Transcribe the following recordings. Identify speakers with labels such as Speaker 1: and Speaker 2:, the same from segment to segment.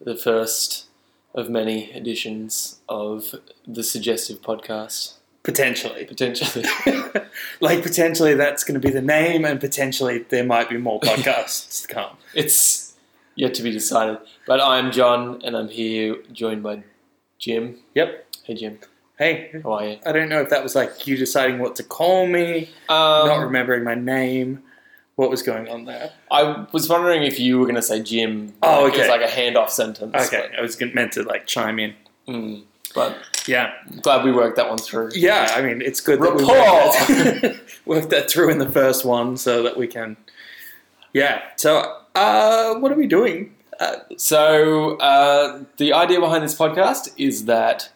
Speaker 1: the first of many editions of the suggestive podcast,
Speaker 2: Potentially.
Speaker 1: potentially.
Speaker 2: like, potentially that's going to be the name, and potentially there might be more podcasts to come.
Speaker 1: it's yet to be decided. But I'm John, and I'm here joined by Jim.
Speaker 2: Yep.
Speaker 1: Hey, Jim.
Speaker 2: Hey,
Speaker 1: How are you?
Speaker 2: I don't know if that was like you deciding what to call me,
Speaker 1: Um,
Speaker 2: not remembering my name, what was going on there.
Speaker 1: I was wondering if you were going to say Jim.
Speaker 2: Oh,
Speaker 1: Like, It was
Speaker 2: okay.
Speaker 1: like a handoff sentence.
Speaker 2: Okay, I was gonna- meant to like chime in.
Speaker 1: But, mm, but
Speaker 2: Yeah.
Speaker 1: glad we worked that one through.
Speaker 2: Yeah, I mean, it's good that we worked that, worked that through in the first one so that we can. Yeah. So, uh, what are we doing? Uh,
Speaker 1: So, uh, the idea behind this podcast is that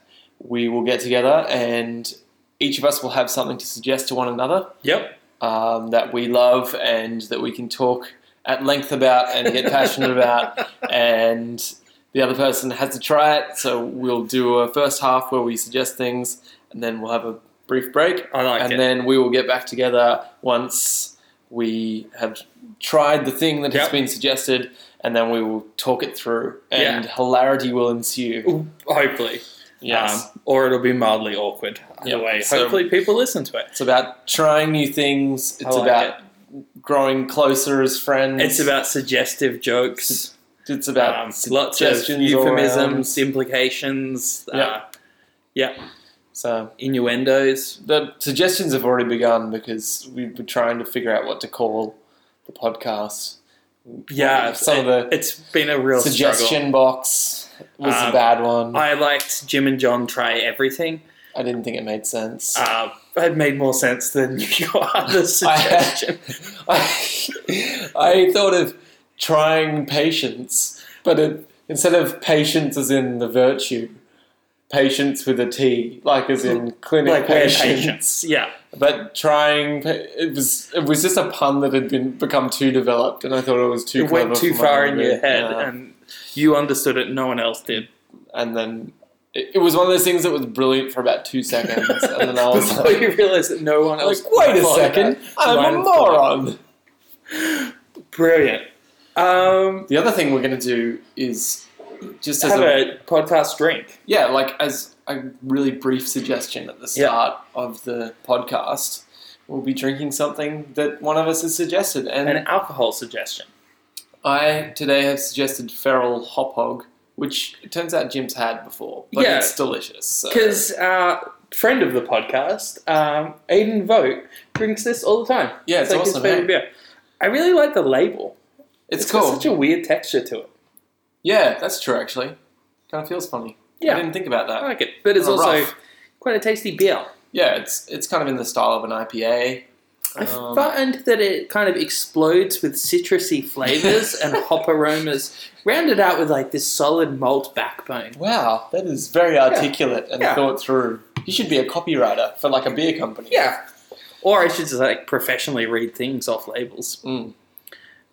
Speaker 1: we will get together and each of us will have something to suggest to one another
Speaker 2: yep.
Speaker 1: um, that we love and that we can talk at length about and get passionate about. And the other person has to try it. So, we'll do a first half where we suggest things and then we'll have a brief break.
Speaker 2: I like
Speaker 1: and
Speaker 2: it.
Speaker 1: then we will get back together once we have tried the thing that has
Speaker 2: Yep.
Speaker 1: been suggested, and then we will talk it through, and
Speaker 2: Yeah.
Speaker 1: hilarity will ensue.
Speaker 2: Hopefully.
Speaker 1: Yes,
Speaker 2: Um, or it'll be mildly awkward. Either
Speaker 1: Yep.
Speaker 2: way,
Speaker 1: So-
Speaker 2: hopefully people listen to it.
Speaker 1: it's about trying new things. It's
Speaker 2: like
Speaker 1: about growing closer as friends.
Speaker 2: It's about suggestive jokes,
Speaker 1: it's about
Speaker 2: um, lots of
Speaker 1: suggestions all
Speaker 2: euphemisms, implications, uh, yeah,
Speaker 1: so
Speaker 2: innuendos.
Speaker 1: the suggestions have already begun because we were trying to figure out what to call the podcast.
Speaker 2: Yeah,
Speaker 1: Some of the
Speaker 2: it, has been a real
Speaker 1: Suggestion
Speaker 2: struggle.
Speaker 1: box was a
Speaker 2: Um,
Speaker 1: bad one. I,
Speaker 2: I liked Jim and John try everything.
Speaker 1: didn't think it made sense.
Speaker 2: Uh, it made more sense than your other suggestion.
Speaker 1: I, I thought of trying patience, but it, instead of patience as in the virtue, patience with a T, like as in clinic
Speaker 2: like we're
Speaker 1: patience.
Speaker 2: patients. Yeah.
Speaker 1: But trying, pa- it was it was just a pun that had been become too developed, and I thought it was too.
Speaker 2: It went
Speaker 1: clever
Speaker 2: too
Speaker 1: for my
Speaker 2: far in
Speaker 1: memory.
Speaker 2: your head
Speaker 1: Yeah.
Speaker 2: and you understood it, no one else did.
Speaker 1: and then it, it was one of those things that was brilliant for about two seconds, and then I was
Speaker 2: Before
Speaker 1: like,
Speaker 2: you realised that no one else
Speaker 1: like, "Wait a
Speaker 2: thought about
Speaker 1: second,
Speaker 2: it.
Speaker 1: I'm a
Speaker 2: Mine thought-
Speaker 1: moron."
Speaker 2: Brilliant. Um,
Speaker 1: The other thing we're going to do is just as
Speaker 2: have
Speaker 1: a
Speaker 2: a podcast drink.
Speaker 1: yeah, like as a really brief suggestion at the
Speaker 2: Yeah.
Speaker 1: start of the podcast, we'll be drinking something that one of us has suggested, and
Speaker 2: An alcohol suggestion.
Speaker 1: I today have suggested feral hop hog, which it turns out Jim's had before, but
Speaker 2: Yeah.
Speaker 1: it's delicious. So.
Speaker 2: Because our friend of the podcast, um, Aiden Vogt, drinks this all the time.
Speaker 1: Yeah, it's
Speaker 2: like
Speaker 1: awesome,
Speaker 2: his
Speaker 1: eh?
Speaker 2: favorite beer. I really like the label.
Speaker 1: it's,
Speaker 2: got
Speaker 1: cool.
Speaker 2: such a weird texture to it.
Speaker 1: yeah, that's true. Actually, kind of feels funny. I
Speaker 2: Yeah,
Speaker 1: didn't think about
Speaker 2: I
Speaker 1: that.
Speaker 2: like it. But it's
Speaker 1: Kinda
Speaker 2: also
Speaker 1: rough.
Speaker 2: quite a tasty beer.
Speaker 1: Yeah, it's it's kind of in the style of an IPA.
Speaker 2: I
Speaker 1: Um,
Speaker 2: find that it kind of explodes with citrusy flavors and hop aromas, rounded out with like this solid malt backbone.
Speaker 1: Wow, that is very articulate and
Speaker 2: Yeah.
Speaker 1: thought through. You should be a copywriter for like a beer company.
Speaker 2: Yeah. Or I should just like professionally read things off labels.
Speaker 1: Mm.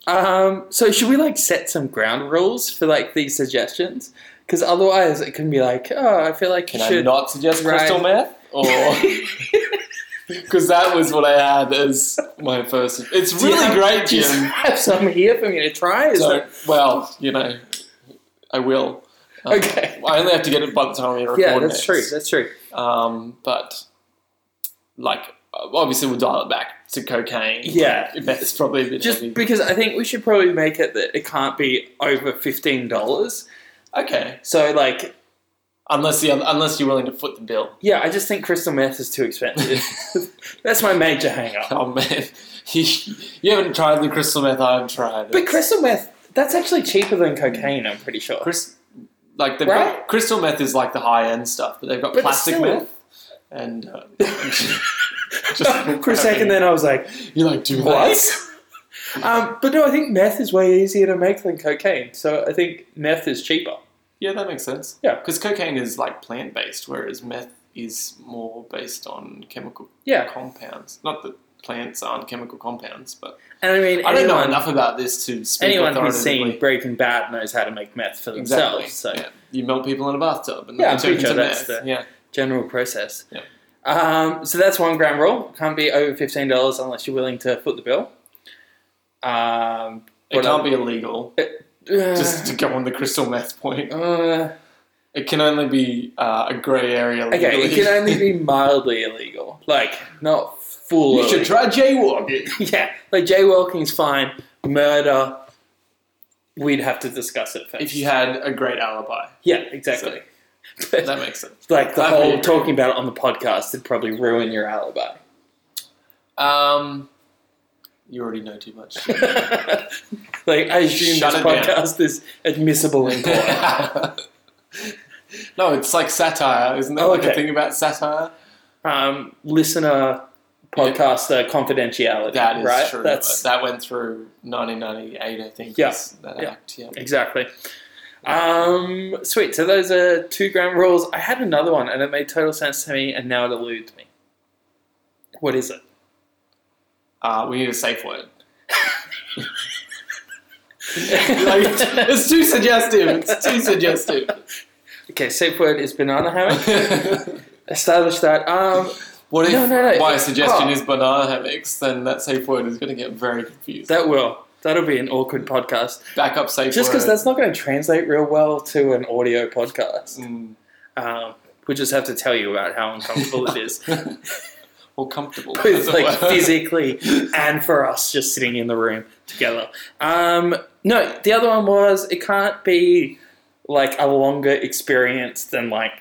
Speaker 2: Um, so should we like set some ground rules for like these suggestions? Because otherwise it can be like, oh, I feel like
Speaker 1: Can
Speaker 2: you should.
Speaker 1: I not suggest
Speaker 2: Right.
Speaker 1: crystal meth? Or because that was what I had as my first. It's
Speaker 2: Do you
Speaker 1: really
Speaker 2: have-
Speaker 1: great,
Speaker 2: do you
Speaker 1: Jim.
Speaker 2: have some here for me to try? Is
Speaker 1: So,
Speaker 2: that-
Speaker 1: well, you know, I will. Um,
Speaker 2: okay.
Speaker 1: I only have to get it by the time we record.
Speaker 2: Yeah, that's
Speaker 1: next.
Speaker 2: true. That's true.
Speaker 1: Um, but like, obviously, we'll dial it back to cocaine.
Speaker 2: Yeah.
Speaker 1: that's probably a bit heavy.
Speaker 2: Just because I think we should probably make it that it can't be over fifteen dollars.
Speaker 1: okay.
Speaker 2: So like,
Speaker 1: Unless the unless you're willing to foot the bill.
Speaker 2: yeah, I just think crystal meth is too expensive. That's my major hang up.
Speaker 1: Oh man, you, you haven't tried the crystal meth. I've tried.
Speaker 2: But
Speaker 1: It's-
Speaker 2: crystal meth, that's actually cheaper than cocaine. I'm pretty sure.
Speaker 1: Chris, like they've
Speaker 2: Right?
Speaker 1: got crystal meth is like the high end stuff, but they've got
Speaker 2: But
Speaker 1: plastic
Speaker 2: still-
Speaker 1: meth. And uh, just-
Speaker 2: For a second, then I was like,
Speaker 1: you're like, do
Speaker 2: What?
Speaker 1: what?
Speaker 2: um, but no, I think meth is way easier to make than cocaine. So I think meth is cheaper.
Speaker 1: Yeah, that makes sense.
Speaker 2: Yeah.
Speaker 1: because cocaine is like plant based, whereas meth is more based on chemical
Speaker 2: Yeah,
Speaker 1: compounds. Not that plants aren't chemical compounds, but
Speaker 2: and I mean,
Speaker 1: I don't know
Speaker 2: anyone,
Speaker 1: enough about this to speak
Speaker 2: anyone who's
Speaker 1: authoritatively.
Speaker 2: seen Breaking Bad knows how to make meth for themselves.
Speaker 1: exactly.
Speaker 2: So
Speaker 1: yeah. you melt people in a bathtub, and
Speaker 2: Yeah,
Speaker 1: yeah,
Speaker 2: I'm
Speaker 1: they turn
Speaker 2: pretty
Speaker 1: into
Speaker 2: sure
Speaker 1: meth.
Speaker 2: that's
Speaker 1: Yeah,
Speaker 2: general process.
Speaker 1: Yeah.
Speaker 2: Um, so that's one gram rule. Can't be over fifteen dollars unless you're willing to foot the bill. Um,
Speaker 1: it can't be illegal. just to go on the crystal meth point.
Speaker 2: Uh,
Speaker 1: It can only be uh, a grey area.
Speaker 2: okay, it
Speaker 1: legally.
Speaker 2: can only be mildly illegal. Like, not full
Speaker 1: you should
Speaker 2: illegal.
Speaker 1: try jaywalking.
Speaker 2: yeah, like jaywalking's fine. Murder, we'd have to discuss it first.
Speaker 1: If you had a great alibi,
Speaker 2: yeah, exactly.
Speaker 1: that makes sense.
Speaker 2: like the
Speaker 1: I
Speaker 2: whole
Speaker 1: agree.
Speaker 2: talking about it on the podcast would probably ruin your alibi.
Speaker 1: Um, you already know too much.
Speaker 2: like I assume
Speaker 1: Shut
Speaker 2: this
Speaker 1: it down.
Speaker 2: podcast is admissible in court.
Speaker 1: no, it's like satire, isn't that
Speaker 2: Oh,
Speaker 1: like a
Speaker 2: okay.
Speaker 1: thing about satire?
Speaker 2: um, listener podcaster confidentiality.
Speaker 1: That is
Speaker 2: right?
Speaker 1: true.
Speaker 2: That's
Speaker 1: that went through 1998, I think.
Speaker 2: Yeah.
Speaker 1: is that
Speaker 2: Yeah.
Speaker 1: act. Yeah.
Speaker 2: exactly. Um, sweet. So those are two grand rules. I had another one, and it made total sense to me, and now it eludes me. What is it?
Speaker 1: Uh, we need a safe word. Like, it's, it's too suggestive. It's too suggestive.
Speaker 2: okay, safe word is banana hammock. Establish that. Um,
Speaker 1: what if
Speaker 2: No, no, no.
Speaker 1: my suggestion
Speaker 2: Oh.
Speaker 1: is banana hammocks? Then that safe word is going to get very confused.
Speaker 2: that will. That'll be an awkward podcast.
Speaker 1: Back up safe
Speaker 2: Just because
Speaker 1: word.
Speaker 2: that's not going to translate real well to an audio podcast.
Speaker 1: Mm,
Speaker 2: Um, we just have to tell you about how uncomfortable it is,
Speaker 1: more comfortable. as
Speaker 2: both
Speaker 1: it
Speaker 2: like
Speaker 1: were.
Speaker 2: physically and for us just sitting in the room together. Um, no, the other one was it can't be like a longer experience than like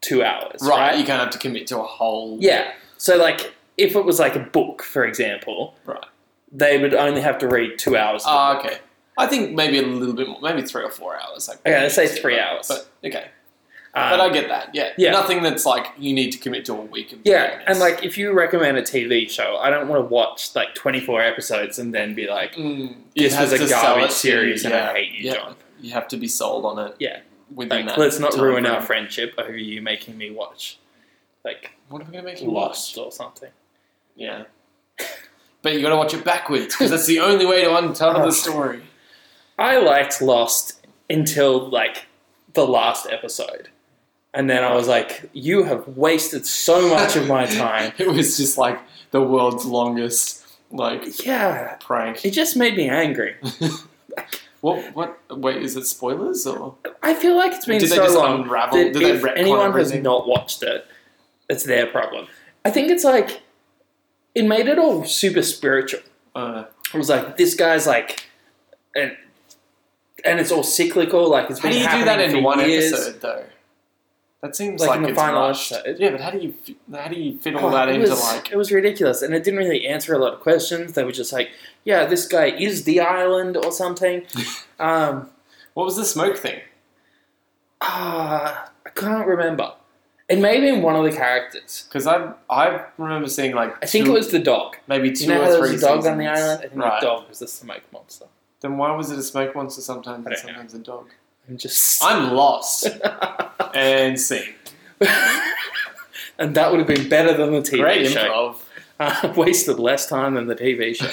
Speaker 2: two hours,
Speaker 1: Right,
Speaker 2: right?
Speaker 1: you kind of have to commit to a whole.
Speaker 2: Yeah. So like if it was like a book, for example,
Speaker 1: Right.
Speaker 2: they would only have to read two hours. of
Speaker 1: Ah, okay. I think maybe a little bit more, maybe three or four hours. Like,
Speaker 2: Okay, let's say three hours.
Speaker 1: But okay,
Speaker 2: the book. Um,
Speaker 1: but I get that. Yeah.
Speaker 2: yeah.
Speaker 1: nothing that's like you need to commit to a week of.
Speaker 2: Yeah,
Speaker 1: doing
Speaker 2: and
Speaker 1: this.
Speaker 2: like if you recommend a TV show, I don't want to watch like 24 episodes and then be like,
Speaker 1: Mm, it
Speaker 2: this
Speaker 1: has
Speaker 2: was a
Speaker 1: to sell it
Speaker 2: garbage
Speaker 1: to
Speaker 2: series
Speaker 1: you,
Speaker 2: and
Speaker 1: yeah,
Speaker 2: I hate you,
Speaker 1: yeah.
Speaker 2: John.
Speaker 1: You have to be sold on it.
Speaker 2: Yeah.
Speaker 1: within
Speaker 2: Like,
Speaker 1: that.
Speaker 2: let's not
Speaker 1: time
Speaker 2: ruin
Speaker 1: frame.
Speaker 2: our friendship over you making me watch like
Speaker 1: What are we gonna make you watch?
Speaker 2: Lost or something.
Speaker 1: Yeah. But you gotta watch it backwards because that's the only way to uncover
Speaker 2: Oh.
Speaker 1: the story.
Speaker 2: I liked Lost until like the last episode. And then I was like, you have wasted so much of my time.
Speaker 1: it was just like the world's longest like
Speaker 2: Yeah,
Speaker 1: prank.
Speaker 2: it just made me angry.
Speaker 1: What? What? Wait, is it spoilers or?
Speaker 2: I feel like it's been
Speaker 1: Did they
Speaker 2: so
Speaker 1: just
Speaker 2: long.
Speaker 1: unravel-
Speaker 2: that
Speaker 1: did they
Speaker 2: if
Speaker 1: retcon
Speaker 2: anyone has
Speaker 1: everything?
Speaker 2: not watched it, it's their problem. I think it's like it made it all super spiritual.
Speaker 1: Uh,
Speaker 2: It was like this guy's like, and and it's all cyclical. Like it's
Speaker 1: How
Speaker 2: been
Speaker 1: do you do
Speaker 2: happening
Speaker 1: that in
Speaker 2: for
Speaker 1: one
Speaker 2: years.
Speaker 1: episode, though? That seems
Speaker 2: Like
Speaker 1: like,
Speaker 2: in the
Speaker 1: it's
Speaker 2: final
Speaker 1: rushed.
Speaker 2: episode?
Speaker 1: Yeah, but how do you fi- how do you fit all
Speaker 2: Oh,
Speaker 1: that
Speaker 2: it
Speaker 1: into
Speaker 2: was,
Speaker 1: like?
Speaker 2: it was ridiculous, and it didn't really answer a lot of questions. They were just like, "Yeah, this guy is the island or something." um,
Speaker 1: What was the smoke thing?
Speaker 2: ah, I can't remember. It may have been one of the characters.
Speaker 1: Because I I remember seeing like
Speaker 2: I think
Speaker 1: two-
Speaker 2: it was the dog.
Speaker 1: maybe
Speaker 2: Do
Speaker 1: two
Speaker 2: you know
Speaker 1: or
Speaker 2: how there
Speaker 1: three
Speaker 2: was a dog on the
Speaker 1: seasons.
Speaker 2: island? I think
Speaker 1: right.
Speaker 2: the dog was the smoke monster.
Speaker 1: Then why was it a smoke monster sometimes
Speaker 2: I
Speaker 1: and
Speaker 2: don't know.
Speaker 1: sometimes a dog?
Speaker 2: I'm just.
Speaker 1: I'm lost and sing.
Speaker 2: and that would have been better than the TV
Speaker 1: Great
Speaker 2: show.
Speaker 1: improv.
Speaker 2: Uh, wasted less time than the TV show.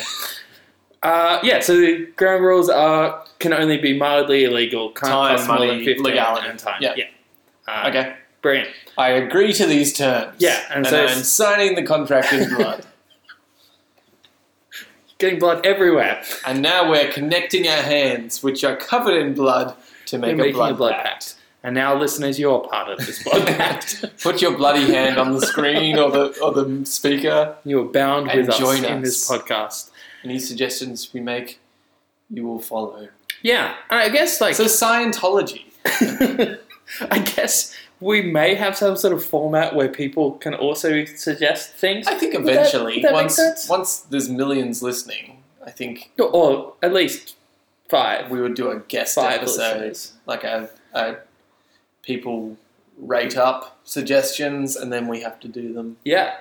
Speaker 2: uh, yeah, so the ground rules are can only be mildly illegal, can't
Speaker 1: Time,
Speaker 2: cost more
Speaker 1: money,
Speaker 2: than 15
Speaker 1: legality.
Speaker 2: and time.
Speaker 1: Yeah.
Speaker 2: Uh,
Speaker 1: Okay,
Speaker 2: Brilliant.
Speaker 1: I agree to these terms.
Speaker 2: Yeah, and
Speaker 1: and,
Speaker 2: so
Speaker 1: I'm signing the contract in blood.
Speaker 2: Getting blood everywhere.
Speaker 1: and now we're connecting our hands, which are covered in blood, to
Speaker 2: We're
Speaker 1: make a
Speaker 2: making
Speaker 1: blood,
Speaker 2: a blood
Speaker 1: pact.
Speaker 2: pact. And now, listeners, you're part of this blood pact.
Speaker 1: Put your bloody hand on the screen or the or the speaker.
Speaker 2: You are bound
Speaker 1: And
Speaker 2: with us
Speaker 1: join
Speaker 2: in
Speaker 1: us.
Speaker 2: this podcast.
Speaker 1: Any suggestions we make, you will follow.
Speaker 2: Yeah, and I guess like
Speaker 1: So Scientology.
Speaker 2: I guess we may have some sort of format where people can also suggest things.
Speaker 1: I think
Speaker 2: Would that-
Speaker 1: eventually,
Speaker 2: would that make
Speaker 1: once
Speaker 2: sense?
Speaker 1: once there's millions listening, I think
Speaker 2: or at least five.
Speaker 1: we would do a guest
Speaker 2: Five
Speaker 1: episode,
Speaker 2: listeners.
Speaker 1: like a, a people rate up suggestions, and then we have to do them.
Speaker 2: Yeah,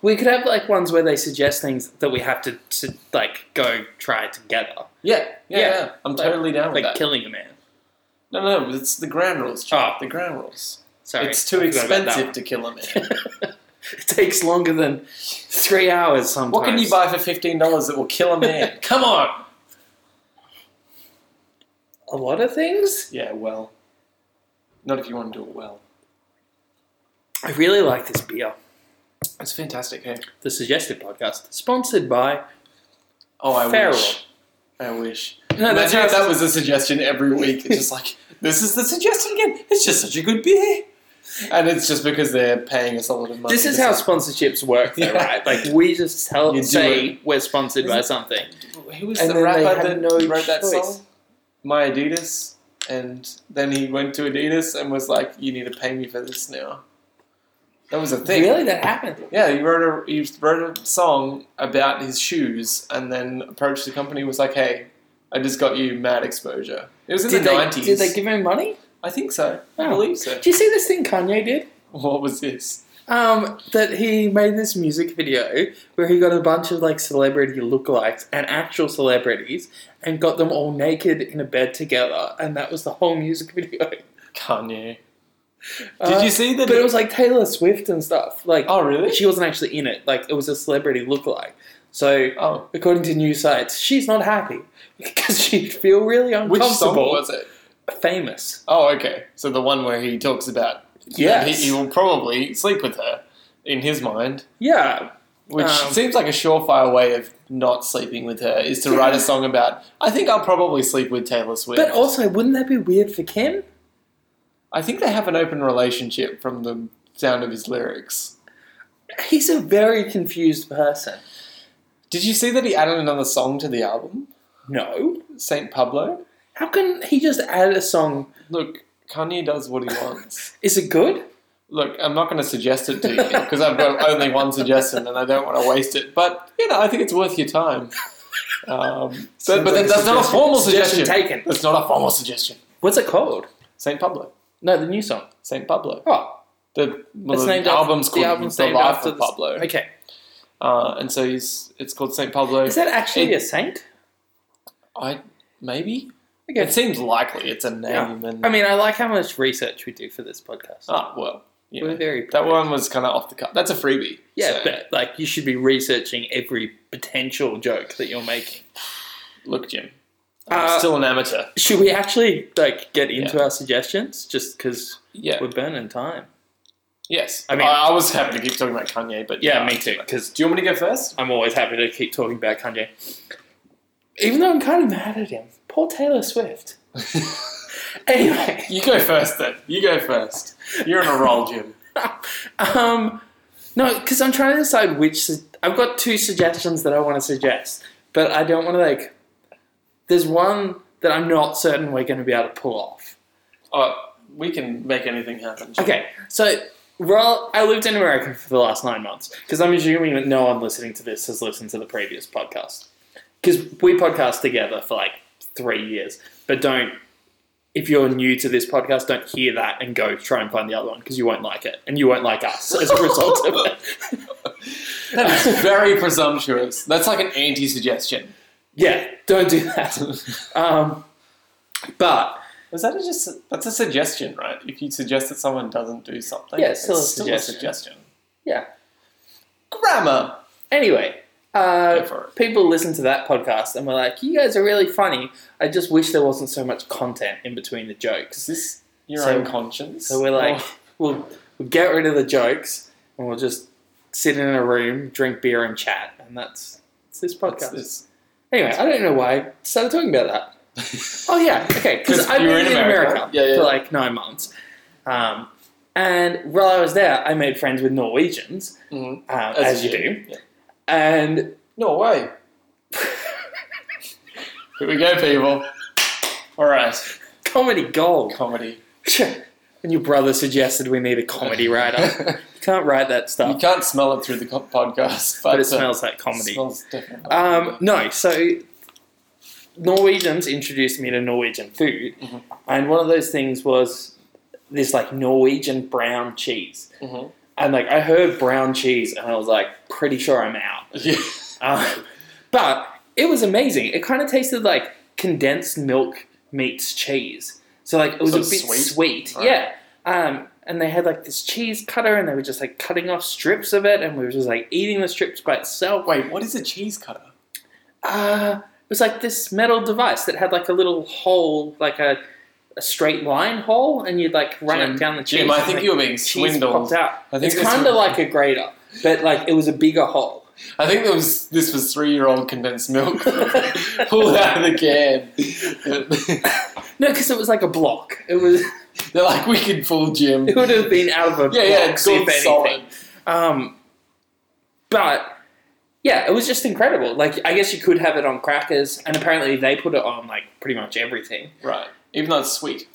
Speaker 2: we could have like ones where they suggest things that we have to, to like go try together,
Speaker 1: Yeah, yeah,
Speaker 2: Yeah.
Speaker 1: yeah. I'm totally down with
Speaker 2: like
Speaker 1: that.
Speaker 2: killing a man.
Speaker 1: no, no, it's the ground rules. Chuck,
Speaker 2: Oh.
Speaker 1: the ground rules.
Speaker 2: Sorry,
Speaker 1: it's too
Speaker 2: I forgot about that
Speaker 1: expensive to kill a man.
Speaker 2: one. it takes longer than three hours sometimes.
Speaker 1: What can you buy for fifteen dollars that will kill a man? Come on.
Speaker 2: A lot of things.
Speaker 1: Yeah, well, not if you want to do it well.
Speaker 2: I really like this beer.
Speaker 1: It's fantastic. Hey.
Speaker 2: The Suggested Podcast, sponsored by
Speaker 1: Oh, I
Speaker 2: Feral.
Speaker 1: wish. I wish.
Speaker 2: No, that's
Speaker 1: Imagine if
Speaker 2: how-
Speaker 1: that was a suggestion every week. It's just like, this is the suggestion again. It's just such a good beer. And it's just because they're paying us a lot of money.
Speaker 2: This is
Speaker 1: to
Speaker 2: how
Speaker 1: say-
Speaker 2: sponsorships work, though,
Speaker 1: Yeah.
Speaker 2: right? Like we just tell
Speaker 1: You do
Speaker 2: say we're sponsored by
Speaker 1: Isn't-
Speaker 2: something.
Speaker 1: Who was
Speaker 3: And
Speaker 1: the
Speaker 3: then they
Speaker 1: rapper
Speaker 3: had
Speaker 1: that
Speaker 3: no
Speaker 1: wrote that
Speaker 3: choice.
Speaker 1: song? My Adidas. And then he went to Adidas and was like, you need to pay me for this now. That was a thing.
Speaker 2: Really, that happened.
Speaker 1: Yeah, he wrote a he wrote a song about his shoes, and then approached the company and was like, "Hey, I just got you mad exposure." It was in
Speaker 2: Did
Speaker 1: the
Speaker 2: they,
Speaker 1: nineties.
Speaker 2: did they give him money?
Speaker 1: I think so. I
Speaker 2: Oh.
Speaker 1: believe so.
Speaker 2: Do you see this thing Kanye did?
Speaker 1: What was this?
Speaker 2: Um, that he made this music video where he got a bunch of like celebrity lookalikes and actual celebrities and got them all naked in a bed together, and that was the whole music video. Did
Speaker 1: Kanye. Did you see that?
Speaker 2: Uh, But it was like Taylor Swift and stuff. Like,
Speaker 1: oh, really?
Speaker 2: she wasn't actually in it. Like, it was a celebrity lookalike. So,
Speaker 1: Oh,
Speaker 2: according to news sites, she's not happy because she'd feel really
Speaker 1: which
Speaker 2: uncomfortable.
Speaker 1: song was it?
Speaker 2: Famous.
Speaker 1: Oh, okay. So the one where he talks about
Speaker 2: Yes.
Speaker 1: that he, he will probably sleep with her in his mind,
Speaker 2: yeah.
Speaker 1: which
Speaker 2: Um,
Speaker 1: seems like a surefire way of not sleeping with her is to write a
Speaker 2: Yeah.
Speaker 1: song about. I think I'll probably sleep with Taylor Swift.
Speaker 2: But also, wouldn't that be weird for Kim?
Speaker 1: I think they have an open relationship from the sound of his lyrics.
Speaker 2: He's a very confused person.
Speaker 1: Did you see that he added another song to the album?
Speaker 2: No.
Speaker 1: Saint Pablo?
Speaker 2: How can he just add a song?
Speaker 1: Look, Kanye does what he wants.
Speaker 2: Is it good?
Speaker 1: Look, I'm not going to suggest it to you because I've got only one suggestion and I don't want to waste it. But, you know, I think it's worth your time. Um, but but
Speaker 2: like a
Speaker 1: that's not a
Speaker 2: suggestion.
Speaker 1: formal
Speaker 2: Suggestion
Speaker 1: suggestion.
Speaker 2: taken.
Speaker 1: That's not a formal suggestion.
Speaker 2: What's it called?
Speaker 1: Saint Pablo.
Speaker 2: No, the new song.
Speaker 1: Saint Pablo.
Speaker 2: Oh,
Speaker 1: The, well,
Speaker 2: it's
Speaker 1: the
Speaker 2: named
Speaker 1: album's
Speaker 2: after,
Speaker 1: called
Speaker 2: the album's
Speaker 1: The
Speaker 2: named
Speaker 1: Life
Speaker 2: after
Speaker 1: of
Speaker 2: the-
Speaker 1: Pablo.
Speaker 2: Okay,
Speaker 1: Uh, and so he's, it's called Saint Pablo.
Speaker 2: is that actually
Speaker 1: It-
Speaker 2: a saint?
Speaker 1: I Maybe?
Speaker 2: Okay,
Speaker 1: It seems likely it's a name. And
Speaker 2: I mean, I like how much research we do for this podcast.
Speaker 1: ah, well, you
Speaker 2: We're
Speaker 1: know.
Speaker 2: very
Speaker 1: that one was kind of off the cuff. That's a freebie.
Speaker 2: Yeah,
Speaker 1: so,
Speaker 2: but like you should be researching every potential joke that you're making.
Speaker 1: look, Jim,
Speaker 2: Uh,
Speaker 1: still an amateur.
Speaker 2: should we actually like get into
Speaker 1: Yeah.
Speaker 2: our suggestions just because
Speaker 1: Yeah.
Speaker 2: we're burning time?
Speaker 1: Yes.
Speaker 2: I
Speaker 1: I
Speaker 2: mean-
Speaker 1: mean, I, I was happy to keep talking about Kanye, but
Speaker 2: Yeah, me too. Because
Speaker 1: Do you want me to go first?
Speaker 2: I'm always happy to keep talking about Kanye, even though I'm kind of mad at him. Poor Taylor Swift. Anyway,
Speaker 1: You go first, then. You go first. You're in a roll, Jim.
Speaker 2: um, no, because I'm trying to decide which. Su- I've got two suggestions that I want to suggest, but I don't want to like. There's one that I'm not certain we're going to be able to pull off.
Speaker 1: Oh, we can make anything happen. Jim.
Speaker 2: Okay, so well, I lived in America for the last nine months because I'm assuming that no one listening to this has listened to the previous podcast because we podcast together for like three years. But don't, if you're new to this podcast, don't hear that and go try and find the other one because you won't like it and you won't like us as a result of it.
Speaker 1: That is very presumptuous. That's like an anti-suggestion.
Speaker 2: Yeah, don't do that. Um, but
Speaker 1: Is that a just? That's a suggestion, right? If you suggest that someone doesn't do something,
Speaker 2: Yeah, it's still a suggestion.
Speaker 1: suggestion.
Speaker 2: yeah,
Speaker 1: Grammar.
Speaker 2: anyway. Uh,
Speaker 1: Go for it.
Speaker 2: people listen to that podcast and were like, "You guys are really funny. I just wish there wasn't so much content in between the
Speaker 1: Is
Speaker 2: jokes."
Speaker 1: this your
Speaker 2: So-
Speaker 1: own conscience? Oh,
Speaker 2: So we're like,
Speaker 1: Or-
Speaker 2: "We'll we'll get rid of the jokes and we'll just sit in a room, drink beer, and chat." And that's it's this
Speaker 1: What's
Speaker 2: podcast.
Speaker 1: this?
Speaker 2: Anyway, I don't know why I started talking about that. Oh yeah, okay. Because
Speaker 1: 'Cause
Speaker 2: I've
Speaker 1: you
Speaker 2: been
Speaker 1: were
Speaker 2: in
Speaker 1: in
Speaker 2: America,
Speaker 1: America. Yeah, yeah.
Speaker 2: for like nine months, um, and while I was there, I made friends with Norwegians,
Speaker 1: Mhm.
Speaker 2: um, as,
Speaker 1: As
Speaker 2: you
Speaker 1: you
Speaker 2: do,
Speaker 1: Yeah.
Speaker 2: and
Speaker 1: No way. Here we go, people. All right,
Speaker 2: comedy gold.
Speaker 1: comedy.
Speaker 2: and your brother suggested we need a comedy writer. you can't write that
Speaker 1: you
Speaker 2: stuff,
Speaker 1: can't smell it through the co- podcast, but,
Speaker 2: but it
Speaker 1: uh,
Speaker 2: smells like comedy.
Speaker 1: Smells different.
Speaker 2: Um, no, so Norwegians introduced me to Norwegian food,
Speaker 1: Mhm.
Speaker 2: and one of those things was this like Norwegian brown cheese.
Speaker 1: Mhm.
Speaker 2: And like I heard brown cheese, and I was like, pretty sure I'm out.
Speaker 1: Yeah.
Speaker 2: Um, but it was amazing. It kind of tasted like condensed milk meets cheese. So like it was
Speaker 1: So
Speaker 2: a bit
Speaker 1: sweet?
Speaker 2: sweet,
Speaker 1: Right.
Speaker 2: yeah. Um, and they had like this cheese cutter, and they were just like cutting off strips of it, and we were just like eating the strips by itself.
Speaker 1: Wait, what is a cheese cutter?
Speaker 2: Uh, it was like this metal device that had like a little hole, like a, a straight line hole, and you'd like run
Speaker 1: Jim,
Speaker 2: it down the cheese.
Speaker 1: Jim, I
Speaker 2: and
Speaker 1: think
Speaker 2: the
Speaker 1: you were being
Speaker 2: cheese popped
Speaker 1: swindled.
Speaker 2: out.
Speaker 1: I think
Speaker 2: It's
Speaker 1: that's
Speaker 2: kind of
Speaker 1: what-
Speaker 2: like a grater, but like it was a bigger hole.
Speaker 1: I think there was this was three year old condensed milk pulled out of the can.
Speaker 2: No, because it was like a block. It was.
Speaker 1: They're like, we can fool Jim.
Speaker 2: It would have been out of a
Speaker 1: Yeah, yeah,
Speaker 2: box, if
Speaker 1: good,
Speaker 2: anything.
Speaker 1: solid.
Speaker 2: Um, but yeah, it was just incredible. Like, I guess you could have it on crackers, and apparently they put it on like pretty much everything.
Speaker 1: Right. Even though it's sweet.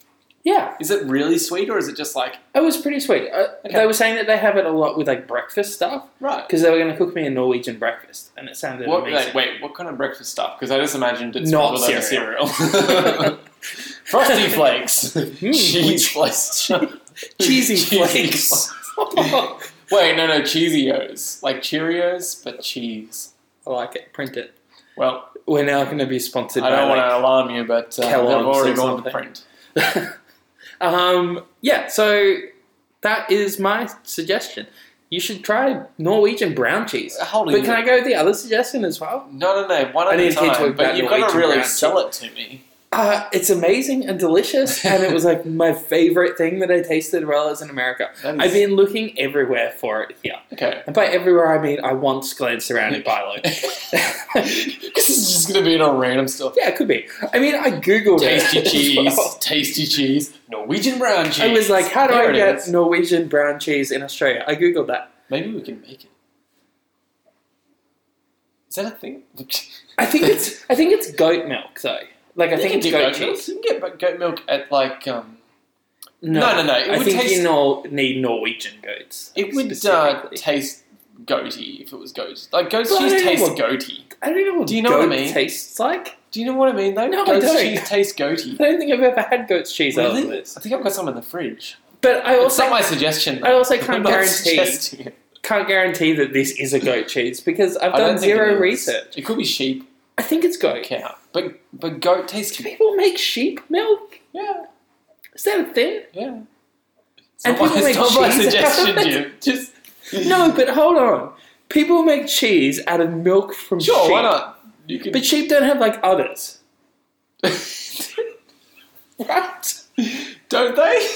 Speaker 2: Yeah,
Speaker 1: Is it really sweet or is it just like,
Speaker 2: it was pretty sweet. Uh,
Speaker 1: Okay.
Speaker 2: They were saying that they have it a lot with like breakfast stuff
Speaker 1: right?
Speaker 2: because they were going to cook me a Norwegian breakfast, and it sounded
Speaker 1: What,
Speaker 2: amazing.
Speaker 1: like, wait, what kind of breakfast stuff? Because I just imagined it's
Speaker 2: Not
Speaker 1: filled with other
Speaker 2: cereal. Hmm.
Speaker 1: cereal. Frosty flakes. Cheese flakes.
Speaker 2: cheesy
Speaker 1: Cheesy
Speaker 2: flakes. I
Speaker 1: Wait, no, no, Cheerios. Like Cheerios, but cheese.
Speaker 2: like it. Print it.
Speaker 1: Well,
Speaker 2: We're now going to be sponsored.
Speaker 1: I
Speaker 2: by
Speaker 1: don't want
Speaker 2: like,
Speaker 1: to alarm you, but uh, they've
Speaker 2: Kellogg's
Speaker 1: already
Speaker 2: or
Speaker 1: gone to
Speaker 2: something.
Speaker 1: print.
Speaker 2: um, yeah, so that is my suggestion. You should try Norwegian brown cheese.
Speaker 1: Hold
Speaker 2: But
Speaker 1: on.
Speaker 2: can I go with the other suggestion as well?
Speaker 1: No, no, no. One
Speaker 2: I
Speaker 1: at
Speaker 2: need
Speaker 1: a
Speaker 2: to keep talking
Speaker 1: time.
Speaker 2: about
Speaker 1: But you've got to
Speaker 2: Norwegian
Speaker 1: really
Speaker 2: brown
Speaker 1: sell it to me.
Speaker 2: Uh, it's amazing and delicious, and it was like my favorite thing that I tasted while I was in America.
Speaker 1: That is-
Speaker 2: I've been looking everywhere for it here.
Speaker 1: Okay.
Speaker 2: And by everywhere, I mean I once glanced around at Bilo.
Speaker 1: This is just going to be in a random stuff.
Speaker 2: yeah, it could be. I mean, I Googled it
Speaker 1: Tasty
Speaker 2: as
Speaker 1: cheese,
Speaker 2: well.
Speaker 1: tasty cheese, Norwegian brown cheese.
Speaker 2: I was like, how do
Speaker 1: There
Speaker 2: I
Speaker 1: it
Speaker 2: get
Speaker 1: is.
Speaker 2: Norwegian brown cheese in Australia? I Googled that.
Speaker 1: Maybe we can make it. Is that a thing?
Speaker 2: I think it's I think it's goat milk though. Like I
Speaker 1: You
Speaker 2: think
Speaker 1: can
Speaker 2: it's
Speaker 1: do
Speaker 2: goat,
Speaker 1: milk.
Speaker 2: cheese.
Speaker 1: You can get goat milk at like um. No, no, no. It
Speaker 2: I
Speaker 1: would
Speaker 2: think
Speaker 1: taste.
Speaker 2: you know, need Norwegian goats.
Speaker 1: it would uh,
Speaker 2: specifically.
Speaker 1: taste goaty if it was goat. Like goat's
Speaker 2: But I
Speaker 1: cheese
Speaker 2: don't know
Speaker 1: tastes
Speaker 2: what-
Speaker 1: goaty.
Speaker 2: I don't know what
Speaker 1: Do you know
Speaker 2: goat
Speaker 1: what I mean?
Speaker 2: tastes like.
Speaker 1: Do you know what I mean? though?
Speaker 2: No, I
Speaker 1: goat's
Speaker 2: don't.
Speaker 1: cheese tastes
Speaker 2: I
Speaker 1: goaty.
Speaker 2: don't think I've ever had goat's cheese other than
Speaker 1: Really? I
Speaker 2: this.
Speaker 1: think I've got some in the fridge.
Speaker 2: But I
Speaker 1: it's
Speaker 2: also
Speaker 1: not my suggestion.
Speaker 2: I
Speaker 1: though.
Speaker 2: also
Speaker 1: I'm
Speaker 2: can't
Speaker 1: not
Speaker 2: guarantee
Speaker 1: suggesting it.
Speaker 2: can't guarantee that this is a goat cheese because I've
Speaker 1: I don't
Speaker 2: done
Speaker 1: think it
Speaker 2: zero
Speaker 1: is.
Speaker 2: research.
Speaker 1: It could be sheep,
Speaker 2: I think it's goat.
Speaker 1: cow, but but goat tastes
Speaker 2: Do people make sheep milk?
Speaker 1: yeah
Speaker 2: Is that a thing?
Speaker 1: yeah. It's
Speaker 2: And
Speaker 1: not my,
Speaker 2: people
Speaker 1: it's
Speaker 2: make
Speaker 1: not my
Speaker 2: cheese out of
Speaker 1: suggestion,
Speaker 2: it.
Speaker 1: Jim. Just
Speaker 2: No, but hold on. People make cheese out of milk from
Speaker 1: sure.
Speaker 2: sheep.
Speaker 1: Why not? You can.
Speaker 2: But sheep don't have like udders. What?
Speaker 1: Don't they?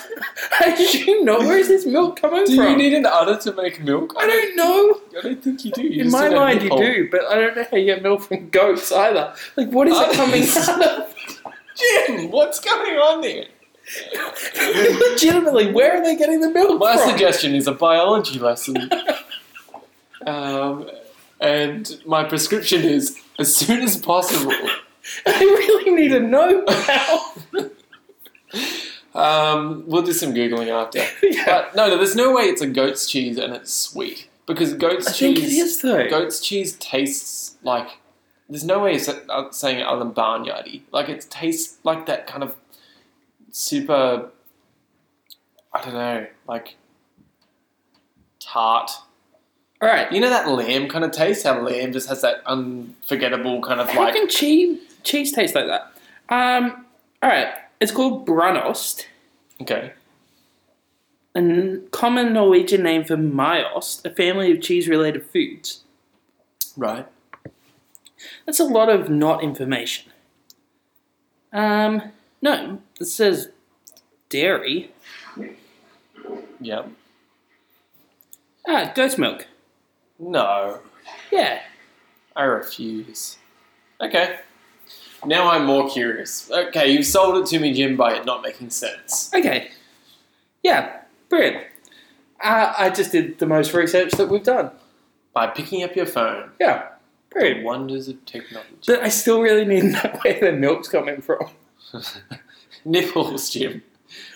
Speaker 2: How did you know? Where's this milk coming
Speaker 1: Do
Speaker 2: from?
Speaker 1: you need an udder to make milk?
Speaker 2: I don't know.
Speaker 1: I don't think you do. You just
Speaker 2: In my
Speaker 1: don't have
Speaker 2: mind, you
Speaker 1: nipple.
Speaker 2: do, but I don't know how you get milk from goats either. Like, what is
Speaker 1: Uh,
Speaker 2: it coming
Speaker 1: Udders.
Speaker 2: out of?
Speaker 1: Jim, what's going on there?
Speaker 2: Legitimately, where are they getting the milk
Speaker 1: My
Speaker 2: from?
Speaker 1: suggestion is a biology lesson. um, and my prescription is as soon as possible.
Speaker 2: I really need to know now.
Speaker 1: Um, we'll do some googling after.
Speaker 2: Yeah.
Speaker 1: But no, no, there's no way it's a goat's cheese and it's sweet. Because goat's
Speaker 2: I
Speaker 1: cheese
Speaker 2: think it is though.
Speaker 1: goat's cheese tastes like there's no way it's uh, saying it other than barnyardy. Like it tastes like that kind of super. I don't know, like tart.
Speaker 2: All right.
Speaker 1: You know that lamb kind of taste. How lamb just has that unforgettable kind of
Speaker 2: How
Speaker 1: like.
Speaker 2: can cheese cheese taste like that? Um. All right. It's called brunost,
Speaker 1: Okay,
Speaker 2: a common Norwegian name for myost, a family of cheese-related foods.
Speaker 1: right.
Speaker 2: That's a lot of not information. Um, no, it says dairy.
Speaker 1: Yeah.
Speaker 2: Ah, goat's milk.
Speaker 1: No,
Speaker 2: Yeah.
Speaker 1: I refuse. Okay. Now I'm more curious. Okay, you've sold it to me, Jim, by it not making sense.
Speaker 2: Okay. Yeah. Brilliant. Uh, I just did the most research that we've done.
Speaker 1: By picking up your phone.
Speaker 2: Yeah.
Speaker 1: The
Speaker 2: Brilliant.
Speaker 1: wonders of technology.
Speaker 2: But I still really need to know where the milk's coming from.
Speaker 1: Nipples, Jim.